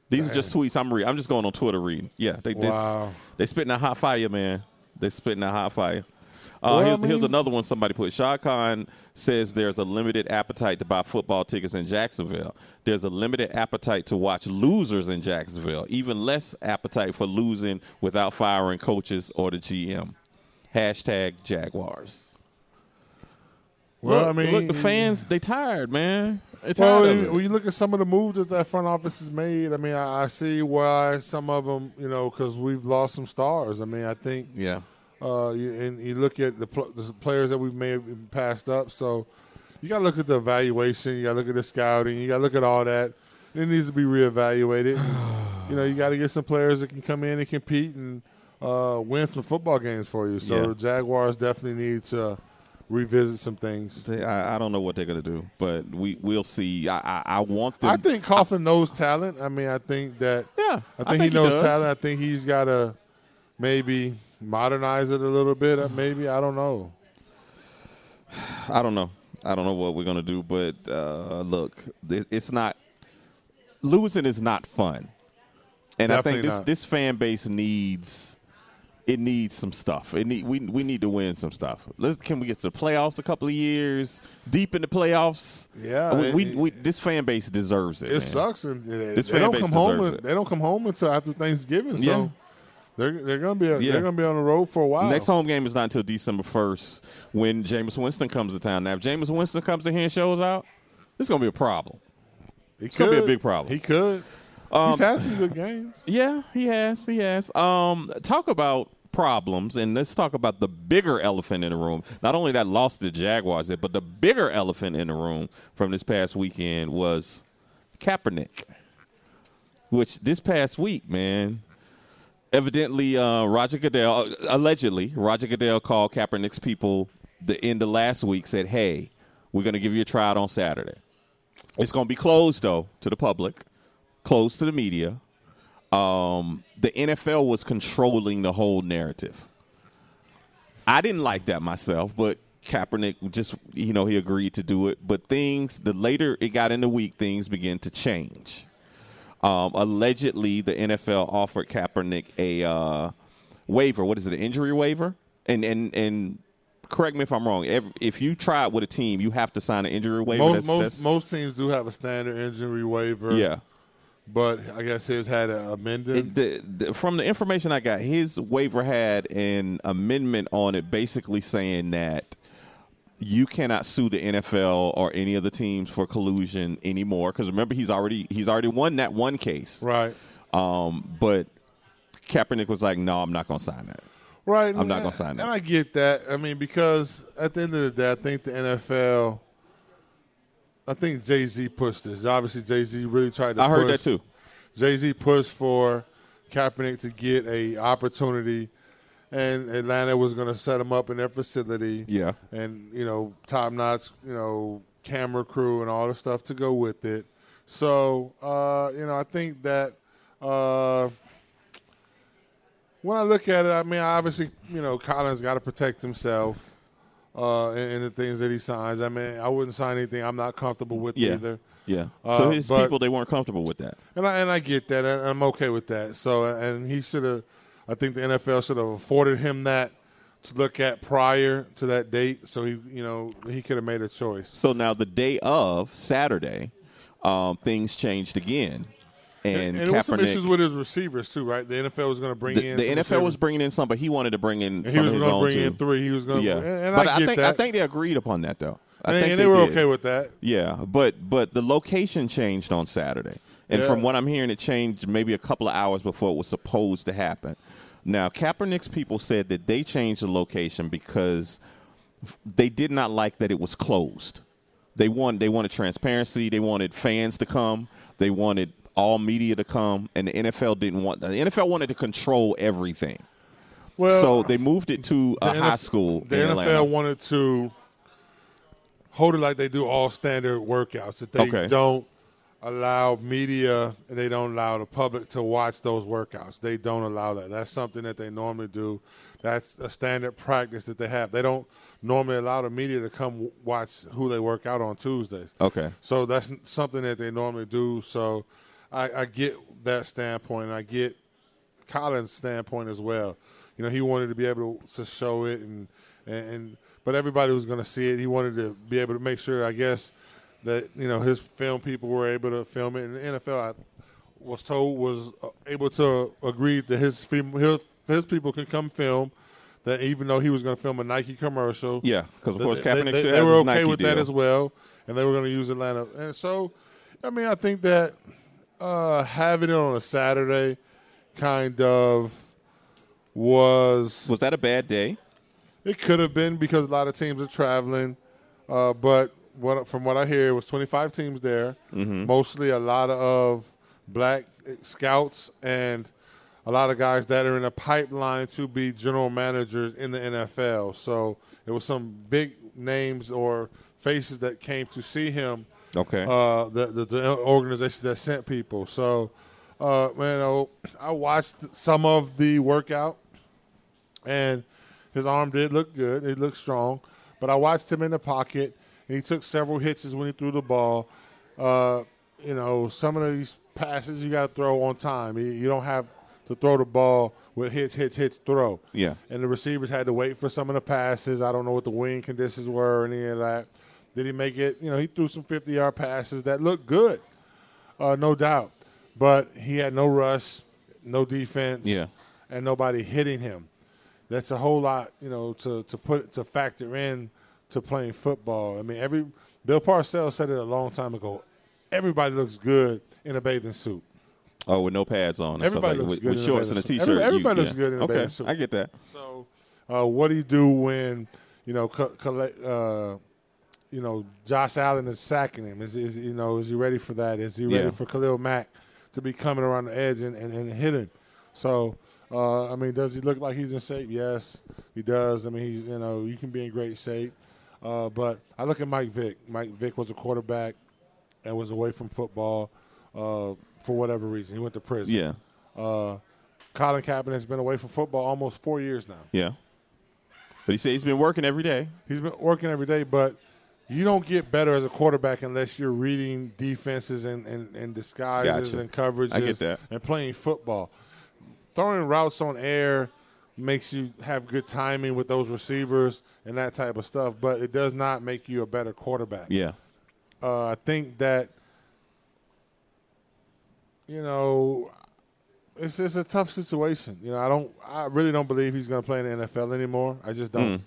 [SPEAKER 9] These are just tweets I'm reading. I'm just going on Twitter reading. Yeah, they they,
[SPEAKER 4] Wow.
[SPEAKER 9] they spitting a hot fire, man. They spitting a hot fire.
[SPEAKER 4] Well,
[SPEAKER 9] Uh,
[SPEAKER 4] I
[SPEAKER 9] here's, here's
[SPEAKER 4] mean-
[SPEAKER 9] another one somebody put. Shah Khan says there's a limited appetite to buy football tickets in Jacksonville. There's a limited appetite to watch losers in Jacksonville. Even less appetite for losing without firing coaches or the GM. Hashtag Jaguars.
[SPEAKER 4] Well,
[SPEAKER 9] look,
[SPEAKER 4] I mean,
[SPEAKER 9] look, the fans they tired, man. They tired
[SPEAKER 4] Well,
[SPEAKER 9] of
[SPEAKER 4] when
[SPEAKER 9] it.
[SPEAKER 4] you- when you look at some of the moves that that front office has made, I mean, I, I see why some of them, you know, because we've lost some stars. I mean, I think
[SPEAKER 9] yeah.
[SPEAKER 4] Uh, you, and you look at the, pl- the players that we've made and passed up. So you got to look at the evaluation. You got to look at the scouting. You got to look at all that. It needs to be reevaluated. And, you know, you got to get some players that can come in and compete and uh, win some football games for you. So
[SPEAKER 9] Yeah.
[SPEAKER 4] the Jaguars definitely need to revisit some things.
[SPEAKER 9] They, I, I don't know what they're gonna do, but we we'll see. I I, I want them.
[SPEAKER 4] I think Coughlin knows talent. I mean, I think that.
[SPEAKER 9] Yeah,
[SPEAKER 4] I
[SPEAKER 9] I
[SPEAKER 4] think, he
[SPEAKER 9] think he
[SPEAKER 4] knows
[SPEAKER 9] does.
[SPEAKER 4] talent. I think he's got to maybe modernize it a little bit. Uh, Maybe I don't know.
[SPEAKER 9] I don't know. I don't know what we're gonna do, but uh, look, it, it's not losing is not fun, and I
[SPEAKER 4] Definitely
[SPEAKER 9] think this
[SPEAKER 4] not.
[SPEAKER 9] this fan base needs it needs some stuff. It need we we need to win some stuff. Let's can we get to the playoffs a couple of years deep in the playoffs?
[SPEAKER 4] Yeah,
[SPEAKER 9] we, we,
[SPEAKER 4] it-
[SPEAKER 9] we this fan base deserves it.
[SPEAKER 4] It
[SPEAKER 9] man.
[SPEAKER 4] sucks, and they,
[SPEAKER 9] This
[SPEAKER 4] they
[SPEAKER 9] fan
[SPEAKER 4] don't
[SPEAKER 9] base
[SPEAKER 4] come home.
[SPEAKER 9] deserves it.
[SPEAKER 4] They don't come home until after Thanksgiving. So
[SPEAKER 9] Yeah.
[SPEAKER 4] they're they're gonna be a,
[SPEAKER 9] Yeah.
[SPEAKER 4] they're gonna be on the road for a while.
[SPEAKER 9] Next home game is not until December first when Jameis Winston comes to town. Now, if Jameis Winston comes in here and shows out, it's gonna be a problem. Um,
[SPEAKER 4] he could
[SPEAKER 9] gonna be a big problem.
[SPEAKER 4] He could. He's had some good games.
[SPEAKER 9] Yeah, he has. He has. Um, talk about problems, and let's talk about the bigger elephant in the room. Not only that lost to the Jaguars, there, but the bigger elephant in the room from this past weekend was Kaepernick, which this past week, man. Evidently, uh, Roger Goodell, uh, allegedly, Roger Goodell called Kaepernick's people the end of last week, said, hey, we're going to give you a tryout on Saturday. It's going to be closed, though, to the public, closed to the media Um, the NFL was controlling the whole narrative. I didn't like that myself, but Kaepernick just, you know, he agreed to do it. But things, the later it got in the week, things began to change. Um, allegedly, the NFL offered Kaepernick a uh, waiver. What is it? An injury waiver? And and and correct me if I'm wrong. Every, if you try it with a team, you have to sign an injury waiver.
[SPEAKER 4] Most
[SPEAKER 9] That's-
[SPEAKER 4] most
[SPEAKER 9] that's-
[SPEAKER 4] most teams do have a standard injury waiver.
[SPEAKER 9] yeah.
[SPEAKER 4] But I guess his had an amendment.
[SPEAKER 9] It- the- the- from the information I got, his waiver had an amendment on it, basically saying that you cannot sue the NFL or any of the teams for collusion anymore. Because remember, he's already he's already won that one case,
[SPEAKER 4] right.
[SPEAKER 9] Um, but Kaepernick was like, "No, I'm not going to sign that."
[SPEAKER 4] Right.
[SPEAKER 9] I'm not
[SPEAKER 4] and-
[SPEAKER 9] gonna sign that.
[SPEAKER 4] And I get that. I mean, because at the end of the day, I think the NFL. I think Jay Z pushed this. Obviously, Jay Z really tried to.
[SPEAKER 9] I heard
[SPEAKER 4] push-
[SPEAKER 9] that too.
[SPEAKER 4] Jay Z pushed for Kaepernick to get a opportunity, and Atlanta was going to set him up in their facility.
[SPEAKER 9] Yeah.
[SPEAKER 4] and you know, top notch, you know, camera crew and all the stuff to go with it. So, uh, you know, I think that. Uh, when I look at it, I mean, obviously, you know, Collins got to protect himself uh, in, in the things that he signs. I mean, I wouldn't sign anything I'm not comfortable with
[SPEAKER 9] Yeah,
[SPEAKER 4] either.
[SPEAKER 9] yeah.
[SPEAKER 4] Uh,
[SPEAKER 9] so his
[SPEAKER 4] but-
[SPEAKER 9] people they weren't comfortable with that.
[SPEAKER 4] And I and I get that. And I'm okay with that. So and he should have. I think the NFL should have afforded him that to look at prior to that date, so he you know he could have made a choice.
[SPEAKER 9] So now the day of Saturday, um, things changed again, and,
[SPEAKER 4] it was some
[SPEAKER 9] Kaepernick-
[SPEAKER 4] issues with his receivers too, right? The NFL was going to bring
[SPEAKER 9] the,
[SPEAKER 4] in
[SPEAKER 9] the
[SPEAKER 4] some
[SPEAKER 9] NFL was
[SPEAKER 4] receivers.
[SPEAKER 9] bringing in some, but he wanted to bring in
[SPEAKER 4] And
[SPEAKER 9] some
[SPEAKER 4] he was
[SPEAKER 9] of his
[SPEAKER 4] gonna
[SPEAKER 9] own
[SPEAKER 4] bring
[SPEAKER 9] too.
[SPEAKER 4] in three. He was going to
[SPEAKER 9] yeah,
[SPEAKER 4] and, and
[SPEAKER 9] but
[SPEAKER 4] I get
[SPEAKER 9] think
[SPEAKER 4] that.
[SPEAKER 9] I think they agreed upon that though. I
[SPEAKER 4] and,
[SPEAKER 9] think
[SPEAKER 4] and they, were
[SPEAKER 9] did.
[SPEAKER 4] okay with that.
[SPEAKER 9] Yeah, but but the location changed on Saturday, and
[SPEAKER 4] Yeah.
[SPEAKER 9] from what I'm hearing, it changed maybe a couple of hours before it was supposed to happen. Now, Kaepernick's people said that they changed the location because they did not like that it was closed. They want they wanted transparency. They wanted fans to come. They wanted all media to come, and the NFL didn't want. The NFL wanted to control everything,
[SPEAKER 4] Well,
[SPEAKER 9] so they moved it to a
[SPEAKER 4] the
[SPEAKER 9] high
[SPEAKER 4] NF
[SPEAKER 9] school.
[SPEAKER 4] The
[SPEAKER 9] in
[SPEAKER 4] NFL
[SPEAKER 9] Atlanta.
[SPEAKER 4] wanted to hold it like they do all standard workouts. That they
[SPEAKER 9] Okay.
[SPEAKER 4] don't allow media and they don't allow the public to watch those workouts. They don't allow that. That's something that they normally do. That's a standard practice that they have. They don't normally allow the media to come w- watch who they work out on Tuesdays.
[SPEAKER 9] Okay.
[SPEAKER 4] So that's n- something that they normally do. So I, I get that standpoint. I get Collins' standpoint as well. You know, he wanted to be able to, to show it, and, and and but everybody was going to see it. He wanted to be able to make sure, I guess, that you know his film people were able to film it. And the NFL, I was told, was uh, able to agree that his film, his, his people could come film. That even though he was going to film a Nike commercial,
[SPEAKER 9] Yeah, 'cause of
[SPEAKER 4] that
[SPEAKER 9] course
[SPEAKER 4] they-
[SPEAKER 9] Kaepernick
[SPEAKER 4] they,
[SPEAKER 9] still
[SPEAKER 4] they
[SPEAKER 9] has
[SPEAKER 4] were
[SPEAKER 9] his
[SPEAKER 4] okay
[SPEAKER 9] Nike
[SPEAKER 4] with that
[SPEAKER 9] deal.
[SPEAKER 4] as well, and they were going to use Atlanta. And so, I mean, I think that uh, having it on a Saturday kind of was
[SPEAKER 9] Was that a bad day?
[SPEAKER 4] it could have been because a lot of teams are traveling, uh, but what, from what I hear, it was 25 teams there, mostly a lot of black scouts and a lot of guys that are in a pipeline to be general managers in the NFL. So it was some big names or faces that came to see him
[SPEAKER 9] Okay.
[SPEAKER 4] uh, the, the the organization that sent people. So, uh, man, oh, I watched some of the workout, and his arm did look good. It looked strong, but I watched him in the pocket, and he took several hits when he threw the ball. Uh, you know, some of these passes you got to throw on time. You, you don't have to throw the ball with hits, hits, hits, throw.
[SPEAKER 9] Yeah.
[SPEAKER 4] And the receivers had to wait for some of the passes. I don't know what the wind conditions were or any of that. Did he make it? You know, he threw some 50 yard passes that looked good, uh, no doubt. But he had no rush, no defense,
[SPEAKER 9] Yeah.
[SPEAKER 4] and nobody hitting him. That's a whole lot, you know, to, to put to factor in to playing football. I mean, every Bill Parcells said it a long time ago. Everybody looks good in a bathing suit.
[SPEAKER 9] Oh, with no pads on. and stuff
[SPEAKER 4] Everybody
[SPEAKER 9] like-
[SPEAKER 4] looks
[SPEAKER 9] with,
[SPEAKER 4] good
[SPEAKER 9] with
[SPEAKER 4] in a
[SPEAKER 9] shorts and
[SPEAKER 4] bathing
[SPEAKER 9] a
[SPEAKER 4] suit.
[SPEAKER 9] t-shirt.
[SPEAKER 4] Every-
[SPEAKER 9] you-
[SPEAKER 4] everybody looks
[SPEAKER 9] yeah.
[SPEAKER 4] good in a
[SPEAKER 9] okay,
[SPEAKER 4] bathing suit.
[SPEAKER 9] I get that.
[SPEAKER 4] So, uh, what do you do when you know, co- collect, uh, you know, Josh Allen is sacking him? Is, is you know, is he ready for that? Is he ready
[SPEAKER 9] Yeah.
[SPEAKER 4] for Khalil Mack to be coming around the edge and, and, and hit him? So, uh, I mean, does he look like he's in shape? Yes, he does. I mean, he's you know, you can be in great shape. Uh, but I look at Mike Vick. Mike Vick was a quarterback and was away from football uh, for whatever reason. He went to prison.
[SPEAKER 9] Yeah,
[SPEAKER 4] Uh, Colin Kaepernick's been away from football almost four years now.
[SPEAKER 9] yeah. But he said he's been working every day.
[SPEAKER 4] He's been working every day, but you don't get better as a quarterback unless you're reading defenses and, and, and disguises
[SPEAKER 9] Gotcha.
[SPEAKER 4] and coverages
[SPEAKER 9] I get that.
[SPEAKER 4] and playing football. Throwing routes on air makes you have good timing with those receivers and that type of stuff, but it does not make you a better quarterback
[SPEAKER 9] Yeah,
[SPEAKER 4] uh, I think that you know, it's it's a tough situation. You know, I don't, I really don't believe he's going to play in the NFL anymore. I just don't.
[SPEAKER 9] Hmm.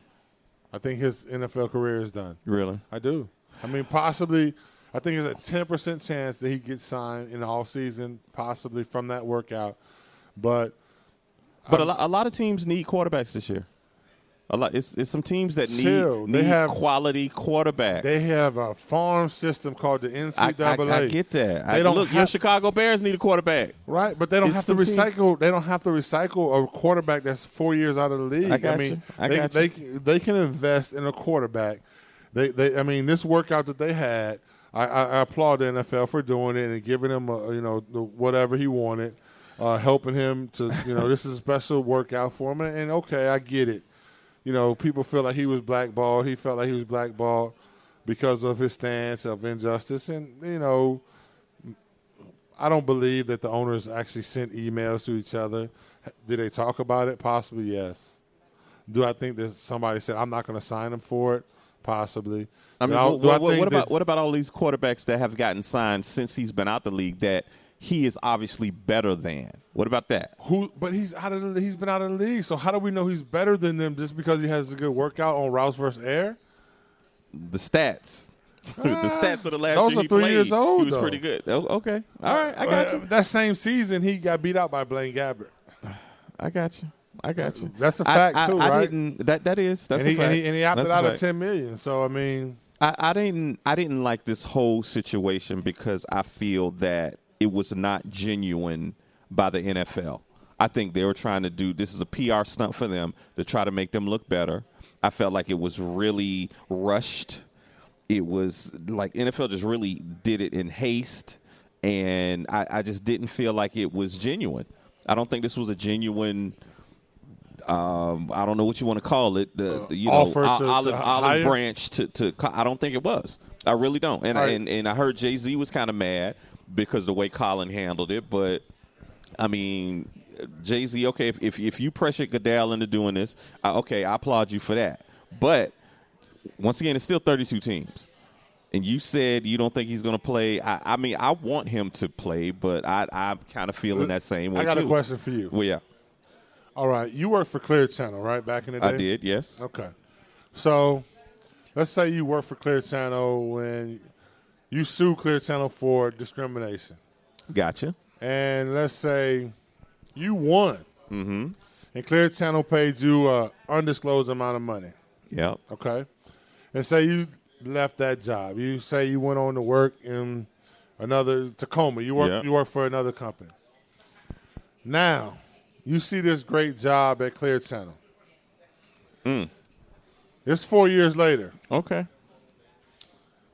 [SPEAKER 4] I think his NFL career is done.
[SPEAKER 9] Really?
[SPEAKER 4] I do. I mean, possibly. I think there's a ten percent chance that he gets signed in the offseason, possibly from that workout. But
[SPEAKER 9] But a lot, a lot of teams need quarterbacks this year. A lot. It's, it's some teams that need,
[SPEAKER 4] Still, they
[SPEAKER 9] need
[SPEAKER 4] have-
[SPEAKER 9] quality quarterbacks.
[SPEAKER 4] they have a farm system called the
[SPEAKER 9] I,
[SPEAKER 4] NCAA.
[SPEAKER 9] I, I get that. I,
[SPEAKER 4] They don't
[SPEAKER 9] look, your
[SPEAKER 4] have-
[SPEAKER 9] Chicago Bears need a quarterback.
[SPEAKER 4] Right, but they don't
[SPEAKER 9] It's
[SPEAKER 4] have to
[SPEAKER 9] some team-
[SPEAKER 4] recycle. They don't have to recycle a quarterback that's four years out of the league.
[SPEAKER 9] I got
[SPEAKER 4] mean,
[SPEAKER 9] you. I
[SPEAKER 4] they,
[SPEAKER 9] got
[SPEAKER 4] they
[SPEAKER 9] you.
[SPEAKER 4] can- they can invest in a quarterback. They they I mean, this workout that they had, I, I, I applaud the NFL for doing it and giving him a, you know the, whatever he wanted, uh, helping him to you know this is a special workout for him. And, and okay, I get it. You know, people feel like he was blackballed. He felt like he was blackballed because of his stance of injustice, and you know. I don't believe that the owners actually sent emails to each other. Did they talk about it? Possibly, yes. Do I think that somebody said I'm not going to sign him for it? Possibly.
[SPEAKER 9] I mean,
[SPEAKER 4] Do I-
[SPEAKER 9] what,
[SPEAKER 4] do I
[SPEAKER 9] what-
[SPEAKER 4] think
[SPEAKER 9] what about
[SPEAKER 4] that-
[SPEAKER 9] what about all these quarterbacks that have gotten signed since he's been out the league that he is obviously better than? What about that?
[SPEAKER 4] who? But he's out of the, he's been out of the league. So how do we know he's better than them just because he has a good workout on routes versus air?
[SPEAKER 9] The stats. the stats of the last
[SPEAKER 4] Ah, those
[SPEAKER 9] year
[SPEAKER 4] are
[SPEAKER 9] he
[SPEAKER 4] three
[SPEAKER 9] played,
[SPEAKER 4] years old,
[SPEAKER 9] He was
[SPEAKER 4] though.
[SPEAKER 9] pretty good. Oh, okay, all right, I got
[SPEAKER 4] Uh,
[SPEAKER 9] you.
[SPEAKER 4] That same season he got beat out by Blaine Gabbert.
[SPEAKER 9] I got you. I got you.
[SPEAKER 4] That's a
[SPEAKER 9] I-
[SPEAKER 4] fact,
[SPEAKER 9] I-
[SPEAKER 4] too,
[SPEAKER 9] I
[SPEAKER 4] right?
[SPEAKER 9] didn't. That that is. That's
[SPEAKER 4] And he,
[SPEAKER 9] a fact.
[SPEAKER 4] and he and he opted
[SPEAKER 9] That's a
[SPEAKER 4] out of
[SPEAKER 9] fact.
[SPEAKER 4] ten million. So I mean,
[SPEAKER 9] I, I didn't I didn't like this whole situation because I feel that it was not genuine by the NFL. I think they were trying to do this is a PR stunt for them to try to make them look better. I felt like it was really rushed. It was like NFL just really did it in haste and I, I just didn't feel like it was genuine. I don't think this was a genuine um, I don't know what you want to call it. The, the you know
[SPEAKER 4] Uh, Offer to-
[SPEAKER 9] o-
[SPEAKER 4] to
[SPEAKER 9] olive olive
[SPEAKER 4] hire?
[SPEAKER 9] branch branch to, to co- I don't think it was. I really don't. And I,
[SPEAKER 4] All right.
[SPEAKER 9] and, and I heard Jay Z was kind of mad because the way Colin handled it. But I mean, Jay Z, okay, if, if if you pressured Goodell into doing this, I, okay, I applaud you for that. But once again, it's still 32 teams. And you said you don't think he's going to play. I, I mean, I want him to play, but I, I'm kind of feeling that same way.
[SPEAKER 4] Uh, I got a
[SPEAKER 9] too.
[SPEAKER 4] question for you.
[SPEAKER 9] Well, yeah,
[SPEAKER 4] all right, you worked for Clear Channel, right? Back in the day,
[SPEAKER 9] I did. Yes.
[SPEAKER 4] Okay. So let's say you work for Clear Channel when you sue Clear Channel for discrimination.
[SPEAKER 9] Gotcha.
[SPEAKER 4] And let's say you won. Mm-hmm. And Clear Channel paid you an undisclosed amount of money.
[SPEAKER 9] Yep.
[SPEAKER 4] Okay. And say you left that job. You say you went on to work in another Tacoma. You work
[SPEAKER 9] Yeah.
[SPEAKER 4] you work for another company. Now, you see this great job at Clear Channel. It's four years later.
[SPEAKER 9] Okay.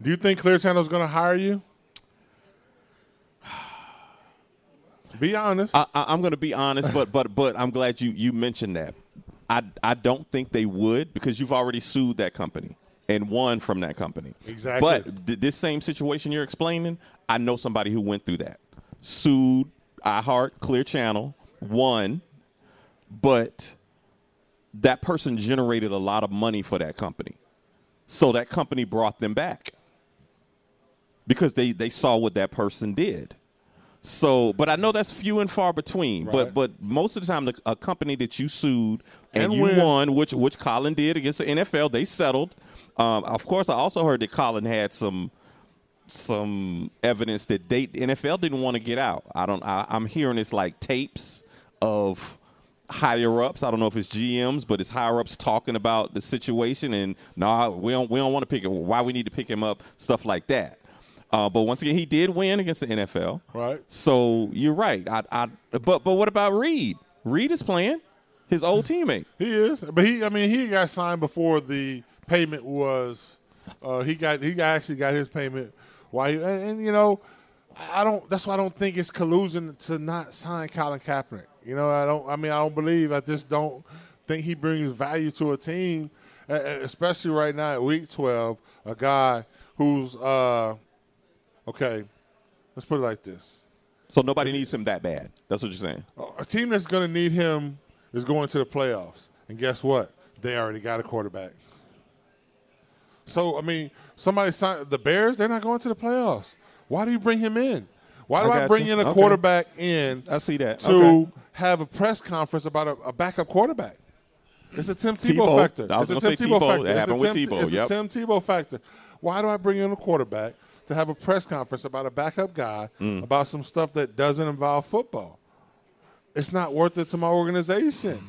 [SPEAKER 4] Do you think Clear Channel is going to hire you? Be honest.
[SPEAKER 9] I, I, I'm going to be honest, but but but I'm glad you you mentioned that. I I don't think they would because you've already sued that company and won from that company.
[SPEAKER 4] Exactly.
[SPEAKER 9] But th- this same situation you're explaining, I know somebody who went through that, sued iHeart, Clear Channel, won, but that person generated a lot of money for that company, so that company brought them back because they they saw what that person did. So, but I know that's few and far between. But
[SPEAKER 4] Right.
[SPEAKER 9] but most of the time, the, a company that you sued and,
[SPEAKER 4] And
[SPEAKER 9] you
[SPEAKER 4] win.
[SPEAKER 9] won, which which Colin did against the NFL, they settled. Um, of course, I also heard that Colin had some some evidence that they the NFL didn't want to get out. I don't. I, I'm hearing it's like tapes of higher ups. I don't know if it's GMs, but it's higher ups talking about the situation and no, we don't we don't want to pick him. Why we need to pick him up? Stuff like that. Uh, but once again, he did win against the NFL.
[SPEAKER 4] Right.
[SPEAKER 9] So you're right. I, I but but what about Reed? Reed is playing his old teammate.
[SPEAKER 4] he is, but he. I mean, he got signed before the payment was. Uh, he got. He got, actually got his payment. Why? And, and you know, I I don't. That's why I don't think it's collusion to not sign Colin Kaepernick. You know, I don't. I mean, I don't believe. I just don't think he brings value to a team, e- e- especially right now at Week 12. A guy who's uh, okay. Let's put it like this.
[SPEAKER 9] So nobody needs him that bad. That's what you're saying.
[SPEAKER 4] A team that's going to need him is going to the playoffs. And guess what? They already got a quarterback. So, I mean, somebody signed the Bears, they're not going to the playoffs. Why do you bring him in? Why do
[SPEAKER 9] I
[SPEAKER 4] I,
[SPEAKER 9] got
[SPEAKER 4] bring
[SPEAKER 9] you.
[SPEAKER 4] in a
[SPEAKER 9] Okay.
[SPEAKER 4] quarterback in
[SPEAKER 9] I see that.
[SPEAKER 4] to
[SPEAKER 9] Okay.
[SPEAKER 4] have a press conference about a, a backup quarterback? It's a Tim Tebow,
[SPEAKER 9] Tebow.
[SPEAKER 4] factor.
[SPEAKER 9] I was
[SPEAKER 4] it's a
[SPEAKER 9] gonna
[SPEAKER 4] Tim
[SPEAKER 9] say Tebow.
[SPEAKER 4] factor.
[SPEAKER 9] That
[SPEAKER 4] It's a
[SPEAKER 9] happened with
[SPEAKER 4] Tim-
[SPEAKER 9] Tebow,
[SPEAKER 4] It's
[SPEAKER 9] yep.
[SPEAKER 4] a Tim Tebow factor. Why do I bring in a quarterback to have a press conference about a backup guy
[SPEAKER 9] Mm.
[SPEAKER 4] about some stuff that doesn't involve football? It's not worth it to my organization.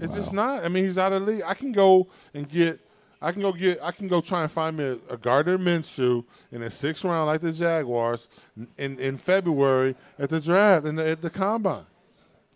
[SPEAKER 4] It's just not. I mean, he's out of the league. I can go and get. I can go get. I can go try and find me a, a Gardner Minshew in a sixth round like the Jaguars in in February at the draft and at the combine.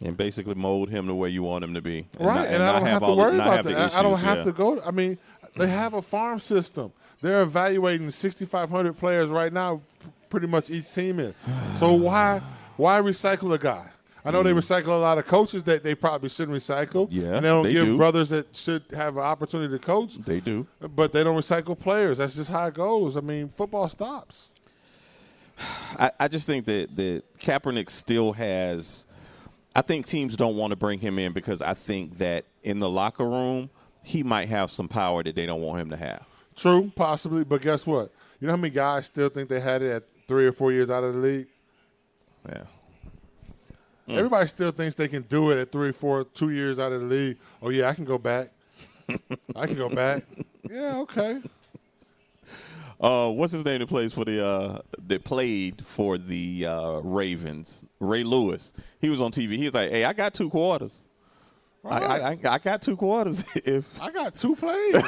[SPEAKER 9] and basically mold him the way you want him to be. And
[SPEAKER 4] right,
[SPEAKER 9] not-
[SPEAKER 4] and, I
[SPEAKER 9] not
[SPEAKER 4] don't have, to
[SPEAKER 9] all the-
[SPEAKER 4] worry
[SPEAKER 9] not
[SPEAKER 4] about
[SPEAKER 9] have the
[SPEAKER 4] that. I- I don't
[SPEAKER 9] issues,
[SPEAKER 4] have
[SPEAKER 9] yeah.
[SPEAKER 4] to go. I mean, they have a farm system. They're evaluating 6,500 players right now, p- pretty much each team is. So why why recycle a guy? I know they recycle a lot of coaches that they probably shouldn't recycle.
[SPEAKER 9] Mm. Yeah,
[SPEAKER 4] and they don't
[SPEAKER 9] they
[SPEAKER 4] give
[SPEAKER 9] do.
[SPEAKER 4] brothers that should have an opportunity to coach.
[SPEAKER 9] They do.
[SPEAKER 4] but they don't recycle players. That's just how it goes. I mean, football stops.
[SPEAKER 9] I, I just think that that Kaepernick still has. I think teams don't want to bring him in because I think that in the locker room he might have some power that they don't want him to have.
[SPEAKER 4] True, possibly, but guess what? You know how many guys still think they had it at three or four years out of the league?
[SPEAKER 9] Yeah. Mm.
[SPEAKER 4] Everybody still thinks they can do it at three, four, two years out of the league. Oh yeah, I can go back. I can go back. Yeah, okay.
[SPEAKER 9] Uh, what's his name that plays for the uh, that played for the uh, Ravens? Ray Lewis. He was on TV. He was like, "Hey, I got two quarters. I, I, I, I got two quarters. if
[SPEAKER 4] I got two plays.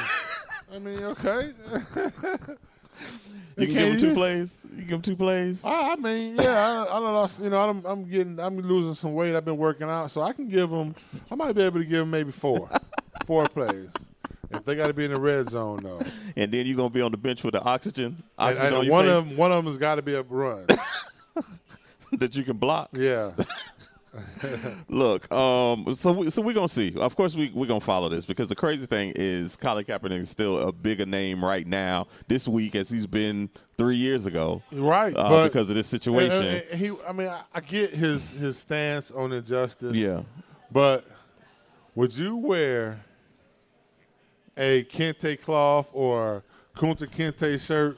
[SPEAKER 4] I mean, okay.
[SPEAKER 9] you can give him two plays, you can give him two plays.
[SPEAKER 4] I I mean, yeah, I, I don't know. You know, I'm, I'm getting, I'm losing some weight. I've been working out, so I can give them. I might be able to give them maybe four, four plays. If they got to be in the red zone though,
[SPEAKER 9] and then you're gonna be on the bench with the oxygen,
[SPEAKER 4] and,
[SPEAKER 9] oxygen on
[SPEAKER 4] and
[SPEAKER 9] your
[SPEAKER 4] one
[SPEAKER 9] face
[SPEAKER 4] of them, one of them has got to be a run.
[SPEAKER 9] that you can block.
[SPEAKER 4] Yeah,
[SPEAKER 9] Look, um, so we, so we're gonna see. Of course, we we're gonna follow this because the crazy thing is Colin Kaepernick is still a bigger name right now this week as he's been three years ago,
[SPEAKER 4] right.
[SPEAKER 9] Uh,
[SPEAKER 4] but-
[SPEAKER 9] because of this situation.
[SPEAKER 4] And- and- and he, I mean, I, I get his his stance on injustice.
[SPEAKER 9] yeah,
[SPEAKER 4] But would you wear a kente cloth or kunta kente shirt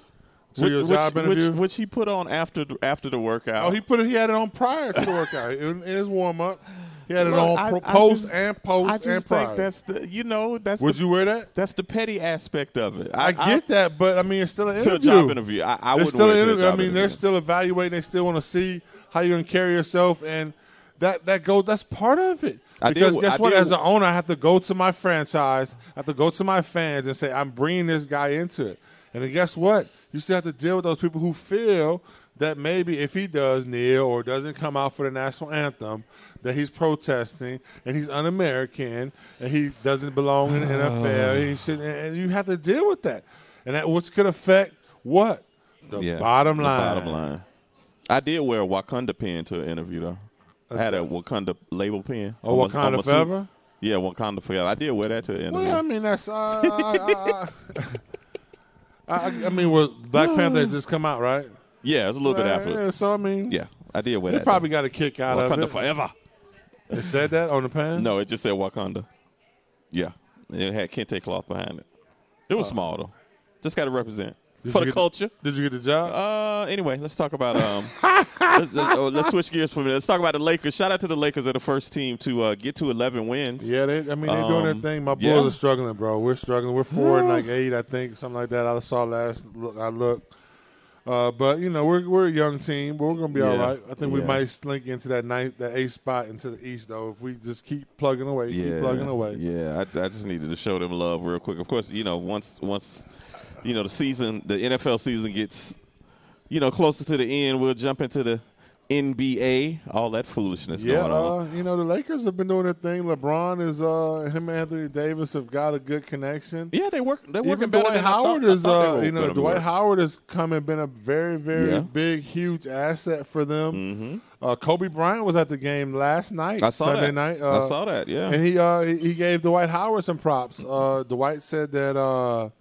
[SPEAKER 4] to your job interview?
[SPEAKER 9] which he put on after the- after the workout.
[SPEAKER 4] oh, he put it. He had it on prior to the workout in, in his warm up. He had it
[SPEAKER 9] Look,
[SPEAKER 4] on
[SPEAKER 9] I-
[SPEAKER 4] pro,
[SPEAKER 9] I
[SPEAKER 4] post
[SPEAKER 9] just-
[SPEAKER 4] and post
[SPEAKER 9] I just
[SPEAKER 4] and prior.
[SPEAKER 9] think that's the you know that's
[SPEAKER 4] would
[SPEAKER 9] the,
[SPEAKER 4] you wear that?
[SPEAKER 9] that's the petty aspect of it.
[SPEAKER 4] I, get that, but I mean, it's still an
[SPEAKER 9] to
[SPEAKER 4] interview.
[SPEAKER 9] a job interview. I, I
[SPEAKER 4] There's
[SPEAKER 9] would
[SPEAKER 4] still
[SPEAKER 9] wear
[SPEAKER 4] an
[SPEAKER 9] it to a
[SPEAKER 4] interview. I
[SPEAKER 9] job
[SPEAKER 4] mean, they're
[SPEAKER 9] interview.
[SPEAKER 4] still evaluating. They still want to see how you're going to carry yourself, and that that goes. That's part of it.
[SPEAKER 9] I
[SPEAKER 4] Because
[SPEAKER 9] did-
[SPEAKER 4] guess
[SPEAKER 9] I
[SPEAKER 4] what?
[SPEAKER 9] did-
[SPEAKER 4] As an owner, I have to go to my franchise. I have to go to my fans and say, I'm bringing this guy into it. And then guess what? You still have to deal with those people who feel that maybe if he does kneel or doesn't come out for the national anthem, that he's protesting and he's un-American and he doesn't belong in the NFL.
[SPEAKER 9] Oh.
[SPEAKER 4] He should, and you have to deal with that, and that which could affect what the
[SPEAKER 9] Yeah,
[SPEAKER 4] bottom
[SPEAKER 9] the
[SPEAKER 4] line.
[SPEAKER 9] Bottom line. I did wear a Wakanda pin to an interview though. I had a Wakanda label pin.
[SPEAKER 4] Oh,
[SPEAKER 9] on my- on
[SPEAKER 4] Wakanda
[SPEAKER 9] my suit.
[SPEAKER 4] forever?
[SPEAKER 9] Yeah, Wakanda forever. I did wear that to an interview.
[SPEAKER 4] Well, I mean that's. Uh, I, I, I, I mean, well, Black Panther had just come out, right? Uh,
[SPEAKER 9] yeah, it was a little bit
[SPEAKER 4] Yeah,
[SPEAKER 9] after.
[SPEAKER 4] so I mean,
[SPEAKER 9] Yeah, I did wear
[SPEAKER 4] they
[SPEAKER 9] that.
[SPEAKER 4] probably got a kick out
[SPEAKER 9] though.
[SPEAKER 4] of
[SPEAKER 9] Wakanda
[SPEAKER 4] it.
[SPEAKER 9] forever.
[SPEAKER 4] It said that on the pan.
[SPEAKER 9] No, it just said Wakanda. Yeah, And it had kente cloth behind it. It was small though. Just got to represent
[SPEAKER 4] Oh. Did
[SPEAKER 9] for
[SPEAKER 4] you
[SPEAKER 9] the
[SPEAKER 4] get
[SPEAKER 9] culture.
[SPEAKER 4] Did you get the job?
[SPEAKER 9] Uh, anyway, let's talk about um. let's, let's- oh, let's switch gears for a minute. Let's talk about the Lakers. Shout out to the Lakers. They're the first team to uh, get to 11 wins.
[SPEAKER 4] Yeah, they, I mean, they're doing their
[SPEAKER 9] Um,
[SPEAKER 4] thing. My boys
[SPEAKER 9] yeah.
[SPEAKER 4] are struggling, bro. We're struggling. We're four and like eight, I think, something like that. I saw last. Look, I looked. Uh, but you know, we're we're a young team, but we're gonna be all
[SPEAKER 9] Yeah.
[SPEAKER 4] right. I think we
[SPEAKER 9] Yeah.
[SPEAKER 4] might slink into that ninth, that eighth spot into the East, though, if we just keep plugging away, keep plugging away.
[SPEAKER 9] Yeah, I, I just needed to show them love real quick. Of course, you know, once once you know the season, the NFL season gets you know closer to the end, we'll jump into the NBA. All that foolishness
[SPEAKER 4] Yeah,
[SPEAKER 9] going on.
[SPEAKER 4] uh, you know the Lakers have been doing their thing. LeBron is uh, him and Anthony Davis have got a good connection.
[SPEAKER 9] Yeah, they work. They're working
[SPEAKER 4] Even
[SPEAKER 9] better
[SPEAKER 4] Dwight
[SPEAKER 9] than I thought-
[SPEAKER 4] Howard
[SPEAKER 9] I
[SPEAKER 4] is,
[SPEAKER 9] thought they
[SPEAKER 4] uh,
[SPEAKER 9] were
[SPEAKER 4] you know,
[SPEAKER 9] gonna be
[SPEAKER 4] Dwight
[SPEAKER 9] working.
[SPEAKER 4] Howard has come and been a very, very
[SPEAKER 9] Yeah. Mm-hmm.
[SPEAKER 4] big, huge asset for them. Uh, Kobe Bryant was at the game last night,
[SPEAKER 9] I saw
[SPEAKER 4] Sunday
[SPEAKER 9] that.
[SPEAKER 4] night. uh,
[SPEAKER 9] I saw that, yeah.
[SPEAKER 4] and he uh, he he gave Dwight Howard some props. Uh, Dwight said that uh,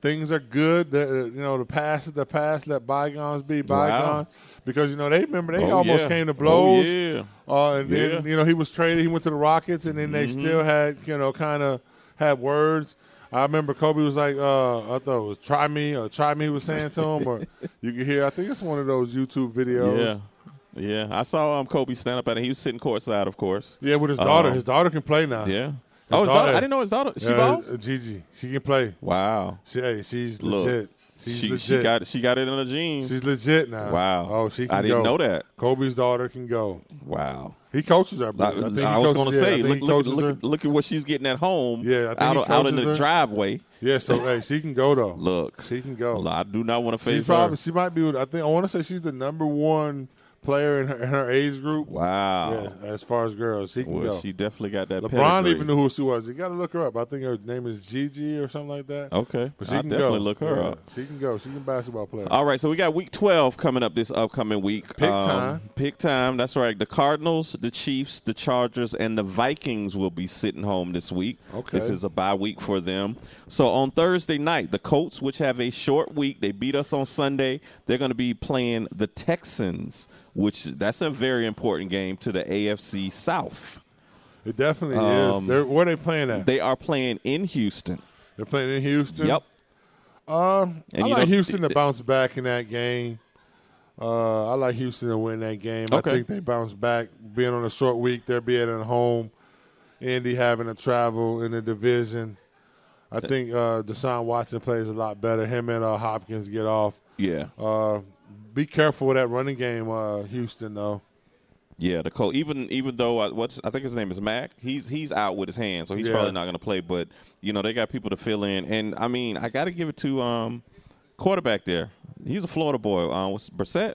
[SPEAKER 4] things are good. That, uh, you know, the past is the past. Let bygones be bygones. Because you know they remember they
[SPEAKER 9] Oh,
[SPEAKER 4] almost
[SPEAKER 9] yeah.
[SPEAKER 4] came to
[SPEAKER 9] Oh,
[SPEAKER 4] blows.
[SPEAKER 9] yeah.
[SPEAKER 4] Uh, and
[SPEAKER 9] Yeah. Mm-hmm.
[SPEAKER 4] then you know he was traded. He went to the Rockets, and then they still had you know kind of had words. I remember Kobe was like, uh, I thought it was try me or try me was saying to him, or you can hear. I think it's one of those YouTube videos.
[SPEAKER 9] Yeah. Yeah. I saw um, Kobe stand up at it. He was sitting courtside, of course.
[SPEAKER 4] Yeah, with his daughter.
[SPEAKER 9] Um,
[SPEAKER 4] his daughter can play now.
[SPEAKER 9] Yeah.
[SPEAKER 4] His
[SPEAKER 9] oh, his daughter.
[SPEAKER 4] daughter-
[SPEAKER 9] I didn't know his daughter. She
[SPEAKER 4] Yeah,
[SPEAKER 9] balls?
[SPEAKER 4] uh, Gigi. She can play.
[SPEAKER 9] Wow.
[SPEAKER 4] She, hey, she's
[SPEAKER 9] Look.
[SPEAKER 4] legit. She's
[SPEAKER 9] she,
[SPEAKER 4] legit.
[SPEAKER 9] she got she got it in her jeans.
[SPEAKER 4] She's legit now.
[SPEAKER 9] Wow.
[SPEAKER 4] Oh, she. Can
[SPEAKER 9] I didn't
[SPEAKER 4] go.
[SPEAKER 9] know that.
[SPEAKER 4] Kobe's daughter can go.
[SPEAKER 9] wow.
[SPEAKER 4] He coaches her. I,
[SPEAKER 9] I,
[SPEAKER 4] believe. I think
[SPEAKER 9] I
[SPEAKER 4] he coaches-
[SPEAKER 9] was gonna
[SPEAKER 4] yeah, I
[SPEAKER 9] say,
[SPEAKER 4] think
[SPEAKER 9] look,
[SPEAKER 4] he
[SPEAKER 9] look,
[SPEAKER 4] coaches
[SPEAKER 9] look, look at what she's getting at home.
[SPEAKER 4] Yeah, I think
[SPEAKER 9] out,
[SPEAKER 4] he
[SPEAKER 9] of- out in
[SPEAKER 4] coaches
[SPEAKER 9] the
[SPEAKER 4] her.
[SPEAKER 9] driveway.
[SPEAKER 4] her. Yeah, so hey, she can go though.
[SPEAKER 9] Look,
[SPEAKER 4] she can go.
[SPEAKER 9] I do not want to face
[SPEAKER 4] She
[SPEAKER 9] her.
[SPEAKER 4] probably she might be. with- I think I want to say she's the number one player in her, in her age group.
[SPEAKER 9] Wow.
[SPEAKER 4] Yeah, as far as girls, she can
[SPEAKER 9] Well,
[SPEAKER 4] go.
[SPEAKER 9] she definitely got that.
[SPEAKER 4] LeBron
[SPEAKER 9] pedigree.
[SPEAKER 4] even knew who she was. You got to look her up. I think her name is Gigi or something like that.
[SPEAKER 9] Okay,
[SPEAKER 4] but she
[SPEAKER 9] I'll
[SPEAKER 4] can
[SPEAKER 9] Oh, definitely
[SPEAKER 4] go.
[SPEAKER 9] look her
[SPEAKER 4] Yeah,
[SPEAKER 9] up.
[SPEAKER 4] She can go. She can basketball play.
[SPEAKER 9] All right, so we got Week 12 coming up this upcoming week. Um,
[SPEAKER 4] Pick time.
[SPEAKER 9] Pick time. That's right. The Cardinals, the Chiefs, the Chargers, and the Vikings will be sitting home this week.
[SPEAKER 4] Okay.
[SPEAKER 9] This is a bye week for them. So on Thursday night, the Colts, which have a short week, they beat us on Sunday. They're going to be playing the Texans, which that's a very important game to the AFC South.
[SPEAKER 4] It definitely
[SPEAKER 9] Um,
[SPEAKER 4] is. They're, where they playing at? They,
[SPEAKER 9] They are playing in Houston.
[SPEAKER 4] are playing in Houston.
[SPEAKER 9] Yep.
[SPEAKER 4] I
[SPEAKER 9] And you
[SPEAKER 4] like
[SPEAKER 9] know-
[SPEAKER 4] Houston to bounce back in that game. Uh, I like Houston to win that game.
[SPEAKER 9] Okay.
[SPEAKER 4] I think they bounce back. Being on a short week, they're being at home. Indy having to travel in the division. I think uh, Deshaun Watson plays a lot better. Him and uh, Hopkins get off.
[SPEAKER 9] Yeah.
[SPEAKER 4] Uh, be careful with that running game, uh, Houston. Though
[SPEAKER 9] Yeah, the Colts. Even even though I, what's I think his name is Mac. He's he's out with his hand, so he's
[SPEAKER 4] Yeah.
[SPEAKER 9] probably not going to play. But you know they got people to fill in, and I mean I got to give it to um quarterback there. He's a Florida boy. Um, was Brissett.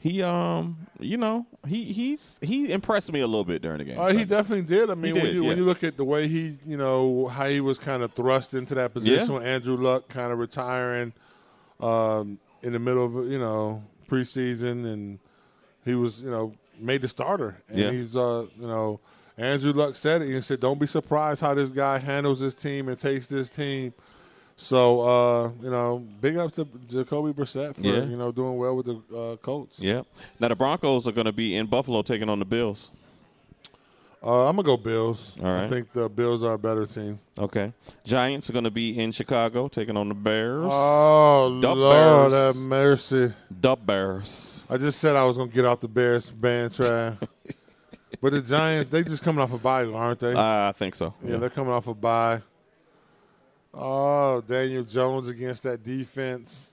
[SPEAKER 9] He um you know he he's he impressed me a little bit during the game.
[SPEAKER 4] uh, he definitely did. I mean, when
[SPEAKER 9] did,
[SPEAKER 4] you when
[SPEAKER 9] yeah.
[SPEAKER 4] you look at the way he, you know, how he was kind of thrust into that position
[SPEAKER 9] Yeah.
[SPEAKER 4] with Andrew Luck kind of retiring um, in the middle of you know preseason, and he was you know made the starter, and
[SPEAKER 9] Yeah.
[SPEAKER 4] he's uh you know Andrew Luck said it. He said, "Don't be surprised how this guy handles this team and takes this team." So uh, you know, big up to Jacoby Brissett for
[SPEAKER 9] Yeah.
[SPEAKER 4] you know doing well with the uh, Colts.
[SPEAKER 9] yeah. Now the Broncos are going to be in Buffalo taking on the Bills.
[SPEAKER 4] Uh, I'm gonna go Bills.
[SPEAKER 9] All
[SPEAKER 4] I
[SPEAKER 9] right.
[SPEAKER 4] think the Bills are a better team.
[SPEAKER 9] Okay. Giants are going to be in Chicago taking on the Bears.
[SPEAKER 4] Oh
[SPEAKER 9] The
[SPEAKER 4] Lord, have
[SPEAKER 9] Bears.
[SPEAKER 4] mercy!
[SPEAKER 9] the Bears.
[SPEAKER 4] I just said I was gonna get off the Bears band track, but the Giants they just coming off a bye, aren't they?
[SPEAKER 9] Uh, I think so.
[SPEAKER 4] yeah, they're coming off a bye. Oh, Daniel Jones against that defense.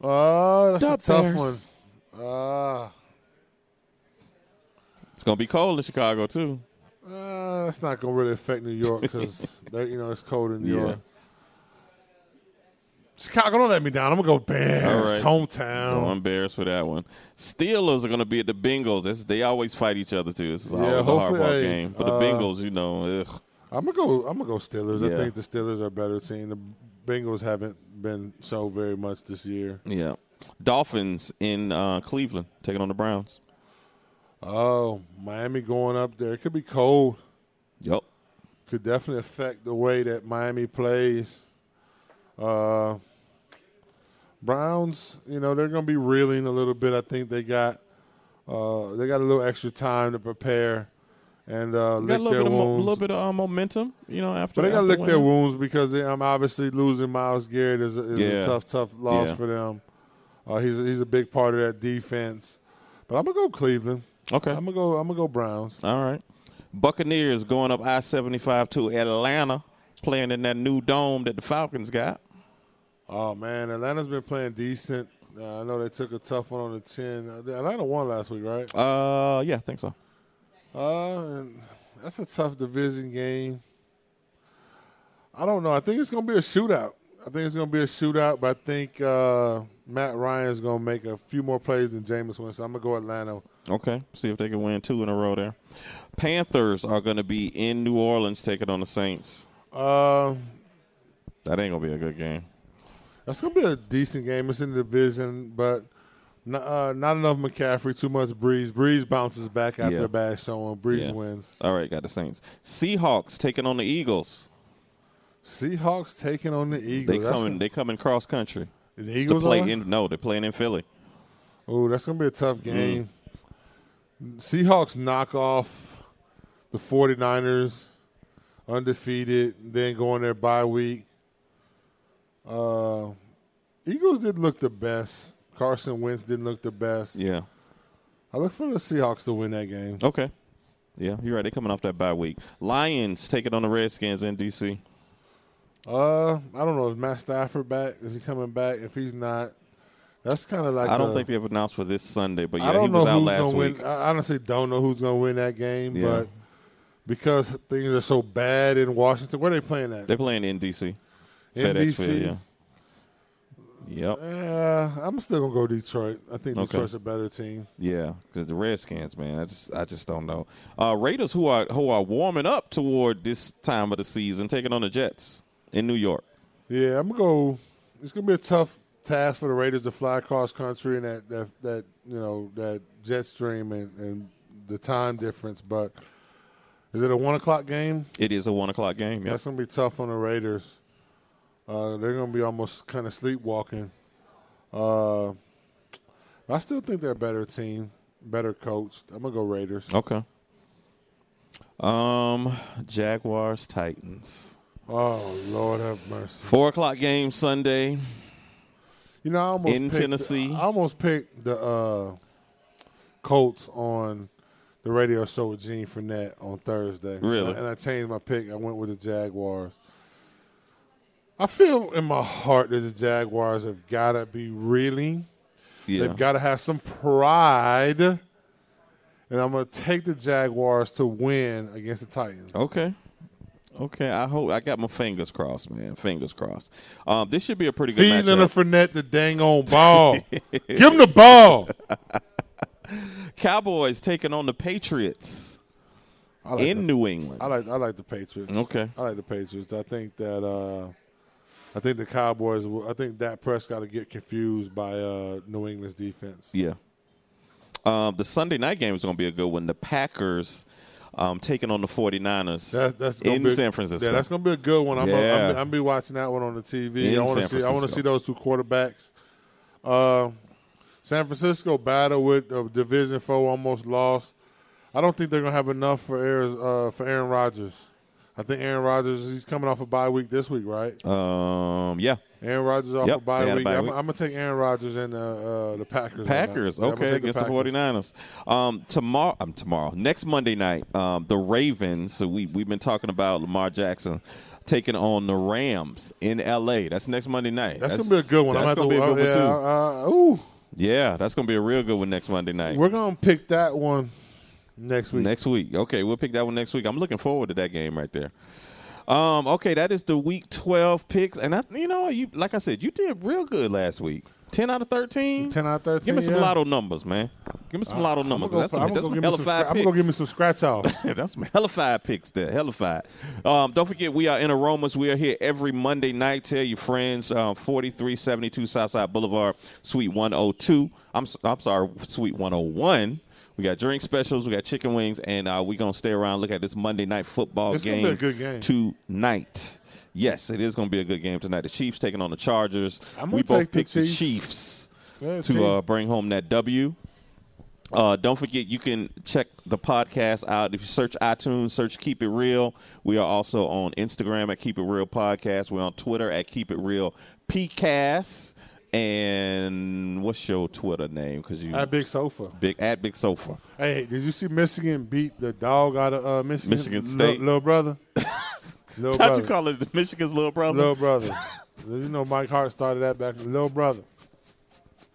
[SPEAKER 4] Oh, that's a
[SPEAKER 9] The
[SPEAKER 4] tough
[SPEAKER 9] Bears.
[SPEAKER 4] one. Ah,
[SPEAKER 9] It's going to be cold in Chicago too.
[SPEAKER 4] uh, that's not gonna really affect New York because you know it's cold in New
[SPEAKER 9] Yeah.
[SPEAKER 4] York. Chicago, don't let me down. I'm gonna go Bears,
[SPEAKER 9] All right.
[SPEAKER 4] hometown.
[SPEAKER 9] I'm embarrassed for that one. Steelers are going to be at the Bengals. That's, they always fight each other too. This is always a
[SPEAKER 4] hopefully,
[SPEAKER 9] hardball
[SPEAKER 4] hey,
[SPEAKER 9] game. But
[SPEAKER 4] uh,
[SPEAKER 9] the Bengals, you know, ugh.
[SPEAKER 4] I'm gonna go. I'm gonna go Steelers.
[SPEAKER 9] Yeah.
[SPEAKER 4] I think the Steelers are a better team. The Bengals haven't been so very much this year.
[SPEAKER 9] yeah. Dolphins in uh, Cleveland taking on the Browns.
[SPEAKER 4] Oh, Miami going up there. It could be cold.
[SPEAKER 9] Yep.
[SPEAKER 4] Could definitely affect the way that Miami plays. Uh, Browns, you know, they're gonna be reeling a little bit. I think they got uh, they got a little extra time to prepare and uh,
[SPEAKER 9] Got a
[SPEAKER 4] lick
[SPEAKER 9] little
[SPEAKER 4] their
[SPEAKER 9] bit, of, mo-
[SPEAKER 4] wounds.
[SPEAKER 9] little bit of uh, momentum, you know, after
[SPEAKER 4] But they got to
[SPEAKER 9] after
[SPEAKER 4] lick their
[SPEAKER 9] winning.
[SPEAKER 4] wounds because they, um, obviously losing Miles Garrett is a, is
[SPEAKER 9] Yeah.
[SPEAKER 4] a tough, tough loss
[SPEAKER 9] Yeah.
[SPEAKER 4] for them. Uh, he's he's a big part of that defense. But I'm gonna go Cleveland.
[SPEAKER 9] Okay.
[SPEAKER 4] I'm gonna go. I'm gonna go Browns.
[SPEAKER 9] All right. Buccaneers going up I 75 to Atlanta, playing in that new dome that the Falcons got.
[SPEAKER 4] Oh man, Atlanta's been playing decent. Uh, I know they took a tough one on the chin. Uh, Atlanta won last week, right?
[SPEAKER 9] Uh, yeah, I think so.
[SPEAKER 4] Uh, and that's a tough division game. I don't know. I think it's gonna be a shootout. I think it's gonna be a shootout, but I think uh, Matt Ryan's gonna make a few more plays than Jameis Winston. I'm gonna go Atlanta.
[SPEAKER 9] Okay, see if they can win two in a row there. Panthers are going to be in New Orleans taking on the Saints.
[SPEAKER 4] Uh,
[SPEAKER 9] That ain't gonna be a good game.
[SPEAKER 4] that's gonna be a decent game. It's in the division, but not, uh, not enough McCaffrey. Too much Breeze. Breeze bounces back after
[SPEAKER 9] Yeah.
[SPEAKER 4] a bad showing. Breeze
[SPEAKER 9] Yeah.
[SPEAKER 4] wins.
[SPEAKER 9] All right, got the Saints. Seahawks taking on the Eagles.
[SPEAKER 4] Seahawks taking on the
[SPEAKER 9] They
[SPEAKER 4] Eagles. That's
[SPEAKER 9] coming. They coming cross country
[SPEAKER 4] gonna- the
[SPEAKER 9] to
[SPEAKER 4] Eagles.
[SPEAKER 9] play
[SPEAKER 4] are?
[SPEAKER 9] in. Mm-hmm. No, they're playing in Philly.
[SPEAKER 4] Ooh, that's gonna be a tough game. Seahawks knock off the 49ers. undefeated, then going their bye week. Uh, Eagles didn't look the best. Carson Wentz didn't look the best.
[SPEAKER 9] Yeah.
[SPEAKER 4] I look for the Seahawks to win that game.
[SPEAKER 9] Okay. Yeah, you're right. They're coming off that bye week. Lions take it on the Redskins in D.C.
[SPEAKER 4] Uh, I don't know. Is Matt Stafford back? Is he coming back? If he's not, that's kind of like
[SPEAKER 9] I don't
[SPEAKER 4] a-
[SPEAKER 9] think they have announced for this Sunday, but
[SPEAKER 4] I
[SPEAKER 9] yeah,
[SPEAKER 4] don't
[SPEAKER 9] he
[SPEAKER 4] know
[SPEAKER 9] was out
[SPEAKER 4] who's
[SPEAKER 9] last
[SPEAKER 4] gonna
[SPEAKER 9] week.
[SPEAKER 4] win. I honestly don't know who's gonna win that game,
[SPEAKER 9] Yeah.
[SPEAKER 4] but because things are so bad in Washington, where they playing at?
[SPEAKER 9] They're playing in D.C.
[SPEAKER 4] in
[SPEAKER 9] FedEx Field,
[SPEAKER 4] DC.
[SPEAKER 9] yeah. Yep.
[SPEAKER 4] Uh, I'm still gonna go Detroit. I think
[SPEAKER 9] Okay.
[SPEAKER 4] Detroit's a better team.
[SPEAKER 9] Yeah, because the Redskins, man, I just I just don't know. Uh, Raiders, who are who are warming up toward this time of the season, taking on the Jets in New York.
[SPEAKER 4] Yeah, I'm gonna go. It's gonna be a tough task for the Raiders to fly across country and that that, that you know that jet stream and, and the time difference. But is it a one o'clock game?
[SPEAKER 9] It is a one o'clock game. Yes,
[SPEAKER 4] That's gonna be tough on the Raiders. Uh, they're gonna be almost kind of sleepwalking. Uh, I still think they're a better team, better coached. I'm gonna go Raiders.
[SPEAKER 9] Okay. Um, Jaguars, Titans,
[SPEAKER 4] Oh Lord have mercy.
[SPEAKER 9] four o'clock game Sunday.
[SPEAKER 4] You know, I almost
[SPEAKER 9] In
[SPEAKER 4] picked-
[SPEAKER 9] Tennessee.
[SPEAKER 4] I almost picked the uh, Colts on the radio show with Gene Fournette on Thursday.
[SPEAKER 9] Really?
[SPEAKER 4] and I, and I changed my pick. I went with the Jaguars. I feel in my heart that the Jaguars have got to be reeling.
[SPEAKER 9] Yeah,
[SPEAKER 4] They've got to have some pride. And I'm going to take the Jaguars to win against the Titans.
[SPEAKER 9] okay. Okay, I hope I got my fingers crossed, man. Fingers crossed. Um, this should be a pretty good
[SPEAKER 4] Feed Leonard
[SPEAKER 9] matchup.
[SPEAKER 4] Fournette the dang on ball. Give him the ball.
[SPEAKER 9] Cowboys taking on the Patriots
[SPEAKER 4] I like
[SPEAKER 9] in
[SPEAKER 4] the-
[SPEAKER 9] New England.
[SPEAKER 4] I like I like the Patriots.
[SPEAKER 9] Okay.
[SPEAKER 4] I like the Patriots. I think that uh, I think the Cowboys. Will, I think Dak Prescott to get confused by uh, New England's defense.
[SPEAKER 9] Yeah. Um, the Sunday night game is going to be a good one. The Packers um, taking on the 49ers
[SPEAKER 4] That, that's gonna
[SPEAKER 9] in
[SPEAKER 4] be,
[SPEAKER 9] San Francisco.
[SPEAKER 4] Yeah, that's gonna be a good one. I'm gonna-
[SPEAKER 9] Yeah.
[SPEAKER 4] I'm, I'm, be watching that one on the TV.
[SPEAKER 9] In
[SPEAKER 4] I want
[SPEAKER 9] San
[SPEAKER 4] to see. I want to
[SPEAKER 9] Francisco.
[SPEAKER 4] see those two quarterbacks. Uh, San Francisco battle with uh, division foe almost lost. I don't think they're gonna have enough for Aaron, uh, for Aaron Rodgers. I think Aaron Rodgers. He's coming off a bye week this week, right?
[SPEAKER 9] um, yeah.
[SPEAKER 4] Aaron Rodgers off
[SPEAKER 9] Yep,
[SPEAKER 4] a bye
[SPEAKER 9] they had a
[SPEAKER 4] week.
[SPEAKER 9] bye
[SPEAKER 4] I'm,
[SPEAKER 9] week.
[SPEAKER 4] I'm gonna take Aaron Rodgers and uh, uh, the Packers. on that.
[SPEAKER 9] Packers,
[SPEAKER 4] Yeah, I'm gonna
[SPEAKER 9] okay,
[SPEAKER 4] take
[SPEAKER 9] against the,
[SPEAKER 4] Packers.
[SPEAKER 9] 49ers. Um, tomorrow, um, tomorrow, next Monday night, um, the Ravens. So we we've been talking about Lamar Jackson taking on the Rams in L.A. That's next Monday night.
[SPEAKER 4] That's, gonna be a good one.
[SPEAKER 9] That's
[SPEAKER 4] I'm
[SPEAKER 9] gonna
[SPEAKER 4] gonna
[SPEAKER 9] be a
[SPEAKER 4] have
[SPEAKER 9] good
[SPEAKER 4] to,
[SPEAKER 9] one
[SPEAKER 4] uh,
[SPEAKER 9] too.
[SPEAKER 4] yeah, uh, ooh,
[SPEAKER 9] Yeah, that's gonna be a real good one next Monday night.
[SPEAKER 4] we're gonna pick that one next week.
[SPEAKER 9] Next week. Okay, we'll pick that one next week. I'm looking forward to that game right there. Um, okay, that is the week 12 picks. And I you know, you like I said, you did real good last week. 10 out of 13.
[SPEAKER 4] 10 out of 13,
[SPEAKER 9] Give me some
[SPEAKER 4] yeah. Uh,
[SPEAKER 9] lotto numbers, man. Give me some lotto
[SPEAKER 4] I'm gonna
[SPEAKER 9] numbers.
[SPEAKER 4] go
[SPEAKER 9] That's
[SPEAKER 4] for-
[SPEAKER 9] some,
[SPEAKER 4] I'm gonna
[SPEAKER 9] that's
[SPEAKER 4] go
[SPEAKER 9] some
[SPEAKER 4] give me
[SPEAKER 9] hella
[SPEAKER 4] some scra-
[SPEAKER 9] five
[SPEAKER 4] I'm gonna go give me
[SPEAKER 9] picks.
[SPEAKER 4] some scratch offs.
[SPEAKER 9] That's some hella five picks there. Hella five. Um, don't forget, we are in Aromas. We are here every Monday night. Tell your friends, um, 4372 Southside Boulevard, Suite 102. I'm, s- I'm sorry, Suite 101. We got drink specials, we got chicken wings, and uh, we're going to stay around look at this Monday night football
[SPEAKER 4] It's gonna
[SPEAKER 9] game,
[SPEAKER 4] be a good game.
[SPEAKER 9] tonight. Yes, it is going to be a good game tonight. The Chiefs taking on the Chargers.
[SPEAKER 4] I'm gonna
[SPEAKER 9] we both
[SPEAKER 4] take the
[SPEAKER 9] picked the
[SPEAKER 4] Chiefs.
[SPEAKER 9] Chiefs
[SPEAKER 4] Yeah,
[SPEAKER 9] to
[SPEAKER 4] Chiefs.
[SPEAKER 9] uh, bring home that W. Uh, don't forget, you can check the podcast out. If you search iTunes, search Keep It Real. We are also on Instagram at Keep It Real Podcast. We're on Twitter at Keep It Real PCast. And what's your Twitter name? Because you
[SPEAKER 4] That big sofa.
[SPEAKER 9] big at Big Sofa.
[SPEAKER 4] Hey, did you see Michigan beat the dog out of uh, Michigan?
[SPEAKER 9] Michigan State.
[SPEAKER 4] little brother. little
[SPEAKER 9] How'd
[SPEAKER 4] brother.
[SPEAKER 9] you call it? Michigan's little brother.
[SPEAKER 4] Little brother. you know Mike Hart started that back. Little brother.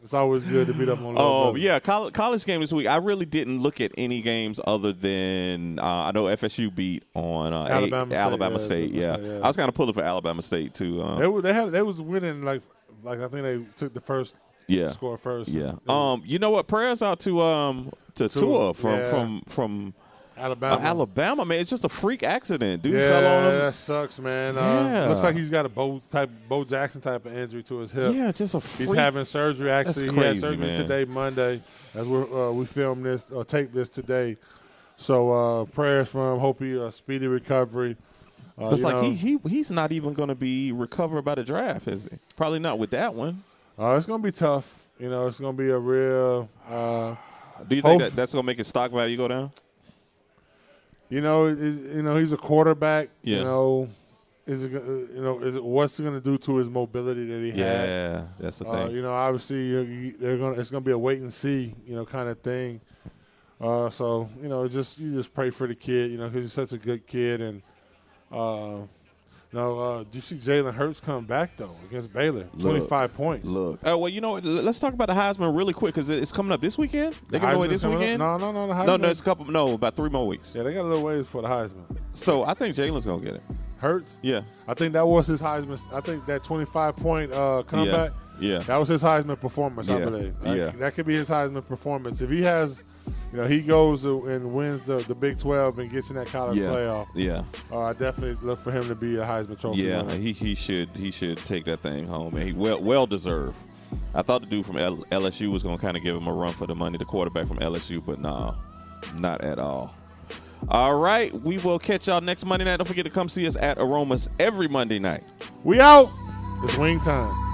[SPEAKER 4] It's always good to beat up on little
[SPEAKER 9] Oh
[SPEAKER 4] brother.
[SPEAKER 9] yeah, college, college game this week. I really didn't look at any games other than uh, I know FSU beat on uh,
[SPEAKER 4] Alabama State,
[SPEAKER 9] Alabama
[SPEAKER 4] yeah,
[SPEAKER 9] State. Yeah,
[SPEAKER 4] Alabama State, yeah.
[SPEAKER 9] I was kind of pulling for Alabama State too. Um,
[SPEAKER 4] They was, they had they was winning like like I think they took the first
[SPEAKER 9] Yeah.
[SPEAKER 4] score first.
[SPEAKER 9] Yeah.
[SPEAKER 4] They was
[SPEAKER 9] Um. You know what? Prayers out to um to
[SPEAKER 4] Tua,
[SPEAKER 9] Tua from
[SPEAKER 4] yeah.
[SPEAKER 9] from from uh,
[SPEAKER 4] Alabama.
[SPEAKER 9] Alabama. Man, it's just a freak accident. Dude
[SPEAKER 4] Yeah,
[SPEAKER 9] fell on him.
[SPEAKER 4] that sucks, man. Uh,
[SPEAKER 9] Yeah.
[SPEAKER 4] Looks like he's got a Bo type Bo Jackson type of injury to his hip.
[SPEAKER 9] Yeah, just a freak.
[SPEAKER 4] He's having surgery. Actually, he
[SPEAKER 9] crazy,
[SPEAKER 4] had surgery
[SPEAKER 9] man.
[SPEAKER 4] today, Monday, as we uh, we filmed this or tape this today. So uh, prayers for him. Hope he uh, speedy recovery. Uh,
[SPEAKER 9] it's
[SPEAKER 4] you
[SPEAKER 9] like
[SPEAKER 4] know,
[SPEAKER 9] he, he he's not even going to be recovered by the draft, is he? Probably not with that one.
[SPEAKER 4] uh, it's gonna be tough. You know, it's gonna be a real. Uh,
[SPEAKER 9] Do you think
[SPEAKER 4] Hope-
[SPEAKER 9] that, that's going to make his stock value go down?
[SPEAKER 4] You know, it, it- you know, he's a quarterback.
[SPEAKER 9] Yeah.
[SPEAKER 4] You know, is it? go- uh, You know, is it, what's it going to do to his mobility that he had?
[SPEAKER 9] Yeah, that's the
[SPEAKER 4] Uh,
[SPEAKER 9] thing.
[SPEAKER 4] you know, obviously you, you, they're gonna it's gonna be a wait and see, you know, kind of thing. Uh, so you know, it's just you just pray for the kid, you know, because he's such a good kid. And uh, no, uh, do you see Jalen Hurts come back though against Baylor, twenty five points.
[SPEAKER 9] Look. Oh well, you know, what? L- let's talk about the Heisman really quick because it's coming up this weekend. They gonna
[SPEAKER 4] Heisman's
[SPEAKER 9] away this
[SPEAKER 4] coming up?
[SPEAKER 9] weekend.
[SPEAKER 4] No, no, no, the
[SPEAKER 9] no,
[SPEAKER 4] Heisman-
[SPEAKER 9] no. It's a couple. No, about three more weeks.
[SPEAKER 4] Yeah, they got a little ways for the Heisman.
[SPEAKER 9] So I think Jalen's gonna get it.
[SPEAKER 4] Hurts.
[SPEAKER 9] Yeah.
[SPEAKER 4] I think that was his Heisman. I think that 25 point uh, comeback.
[SPEAKER 9] Yeah.
[SPEAKER 4] That was his Heisman performance, I
[SPEAKER 9] Yeah.
[SPEAKER 4] believe. That-
[SPEAKER 9] Yeah.
[SPEAKER 4] That could be his Heisman performance. If he has, you know, he goes and wins the, the Big 12 and gets in that college
[SPEAKER 9] yeah.
[SPEAKER 4] playoff,
[SPEAKER 9] Yeah.
[SPEAKER 4] uh, I definitely look for him to be a Heisman Trophy
[SPEAKER 9] Yeah.
[SPEAKER 4] winner.
[SPEAKER 9] He he should he should take that thing home. And he well well deserved. I thought the dude from L- LSU was gonna kind of give him a run for the money, the quarterback from LSU, but nah, not at all. All right, we will catch y'all next Monday night. Don't forget to come see us at Aromas every Monday night.
[SPEAKER 4] We out. It's wing time.